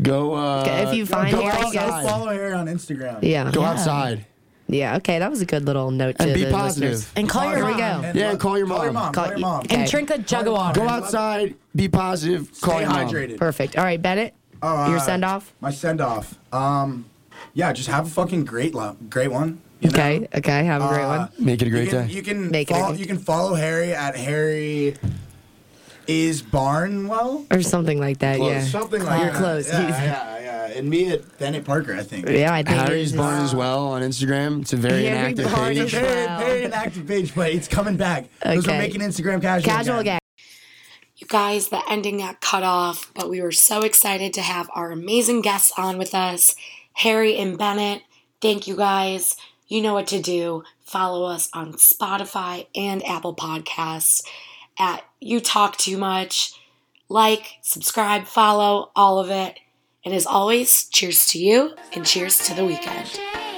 Speaker 3: go. Uh,
Speaker 1: Okay, if you find
Speaker 3: go
Speaker 1: Harry,
Speaker 6: Follow,
Speaker 1: guys.
Speaker 3: outside.
Speaker 6: follow Aaron on Instagram.
Speaker 1: Oh, Yeah.
Speaker 3: Go outside
Speaker 1: Yeah, okay, that was a good little note to
Speaker 3: and be
Speaker 1: the listeners.
Speaker 3: positive.
Speaker 4: and call your
Speaker 1: oh, Here we
Speaker 4: mom.
Speaker 1: go.
Speaker 6: And
Speaker 3: Yeah,
Speaker 6: look,
Speaker 3: call your
Speaker 6: Call your
Speaker 3: mom.
Speaker 6: mom.
Speaker 1: Call-
Speaker 6: Call your mom.
Speaker 1: Okay.
Speaker 4: And drink a jug of water.
Speaker 3: Go outside, be positive, call
Speaker 6: Stay
Speaker 3: your mom.
Speaker 6: hydrated.
Speaker 1: Perfect. All right, Bennett,
Speaker 6: uh,
Speaker 1: your send off.
Speaker 6: My send off. Um, yeah, just have a fucking great, lo- great one. you know?
Speaker 1: Okay, okay, have a great
Speaker 6: Uh,
Speaker 1: one.
Speaker 3: Make it a
Speaker 6: you
Speaker 3: great
Speaker 6: can,
Speaker 3: day.
Speaker 6: You can
Speaker 1: Make it a
Speaker 6: follow,
Speaker 1: great-
Speaker 6: you can follow Harry at Harry is Barnwell.
Speaker 1: Or something like that, yeah.
Speaker 6: Something like
Speaker 1: You're
Speaker 6: that.
Speaker 1: close.
Speaker 6: Yeah, yeah, yeah. And me at Bennett Parker, I
Speaker 1: [laughs]
Speaker 6: think.
Speaker 1: Yeah, I think
Speaker 3: Harry's
Speaker 1: it is.
Speaker 3: barn as well on Instagram. It's a very
Speaker 1: Ah. Harry
Speaker 3: inactive
Speaker 1: Barn
Speaker 3: page.
Speaker 1: is-
Speaker 6: Very,
Speaker 1: Wow.
Speaker 6: very inactive page, but it's coming back. Because we're
Speaker 1: Okay.
Speaker 6: making Instagram casual.
Speaker 1: Casual
Speaker 6: again.
Speaker 1: again.
Speaker 10: You guys, the ending got cut off, but we were so excited to have our amazing guests on with us, Harry and Bennett. Thank you guys. You know what to do. Follow us on Spotify and Apple Podcasts at You Talk Too Much. Like, subscribe, follow, all of it. And as always, cheers to you and cheers to the weekend.
Speaker 5: Change.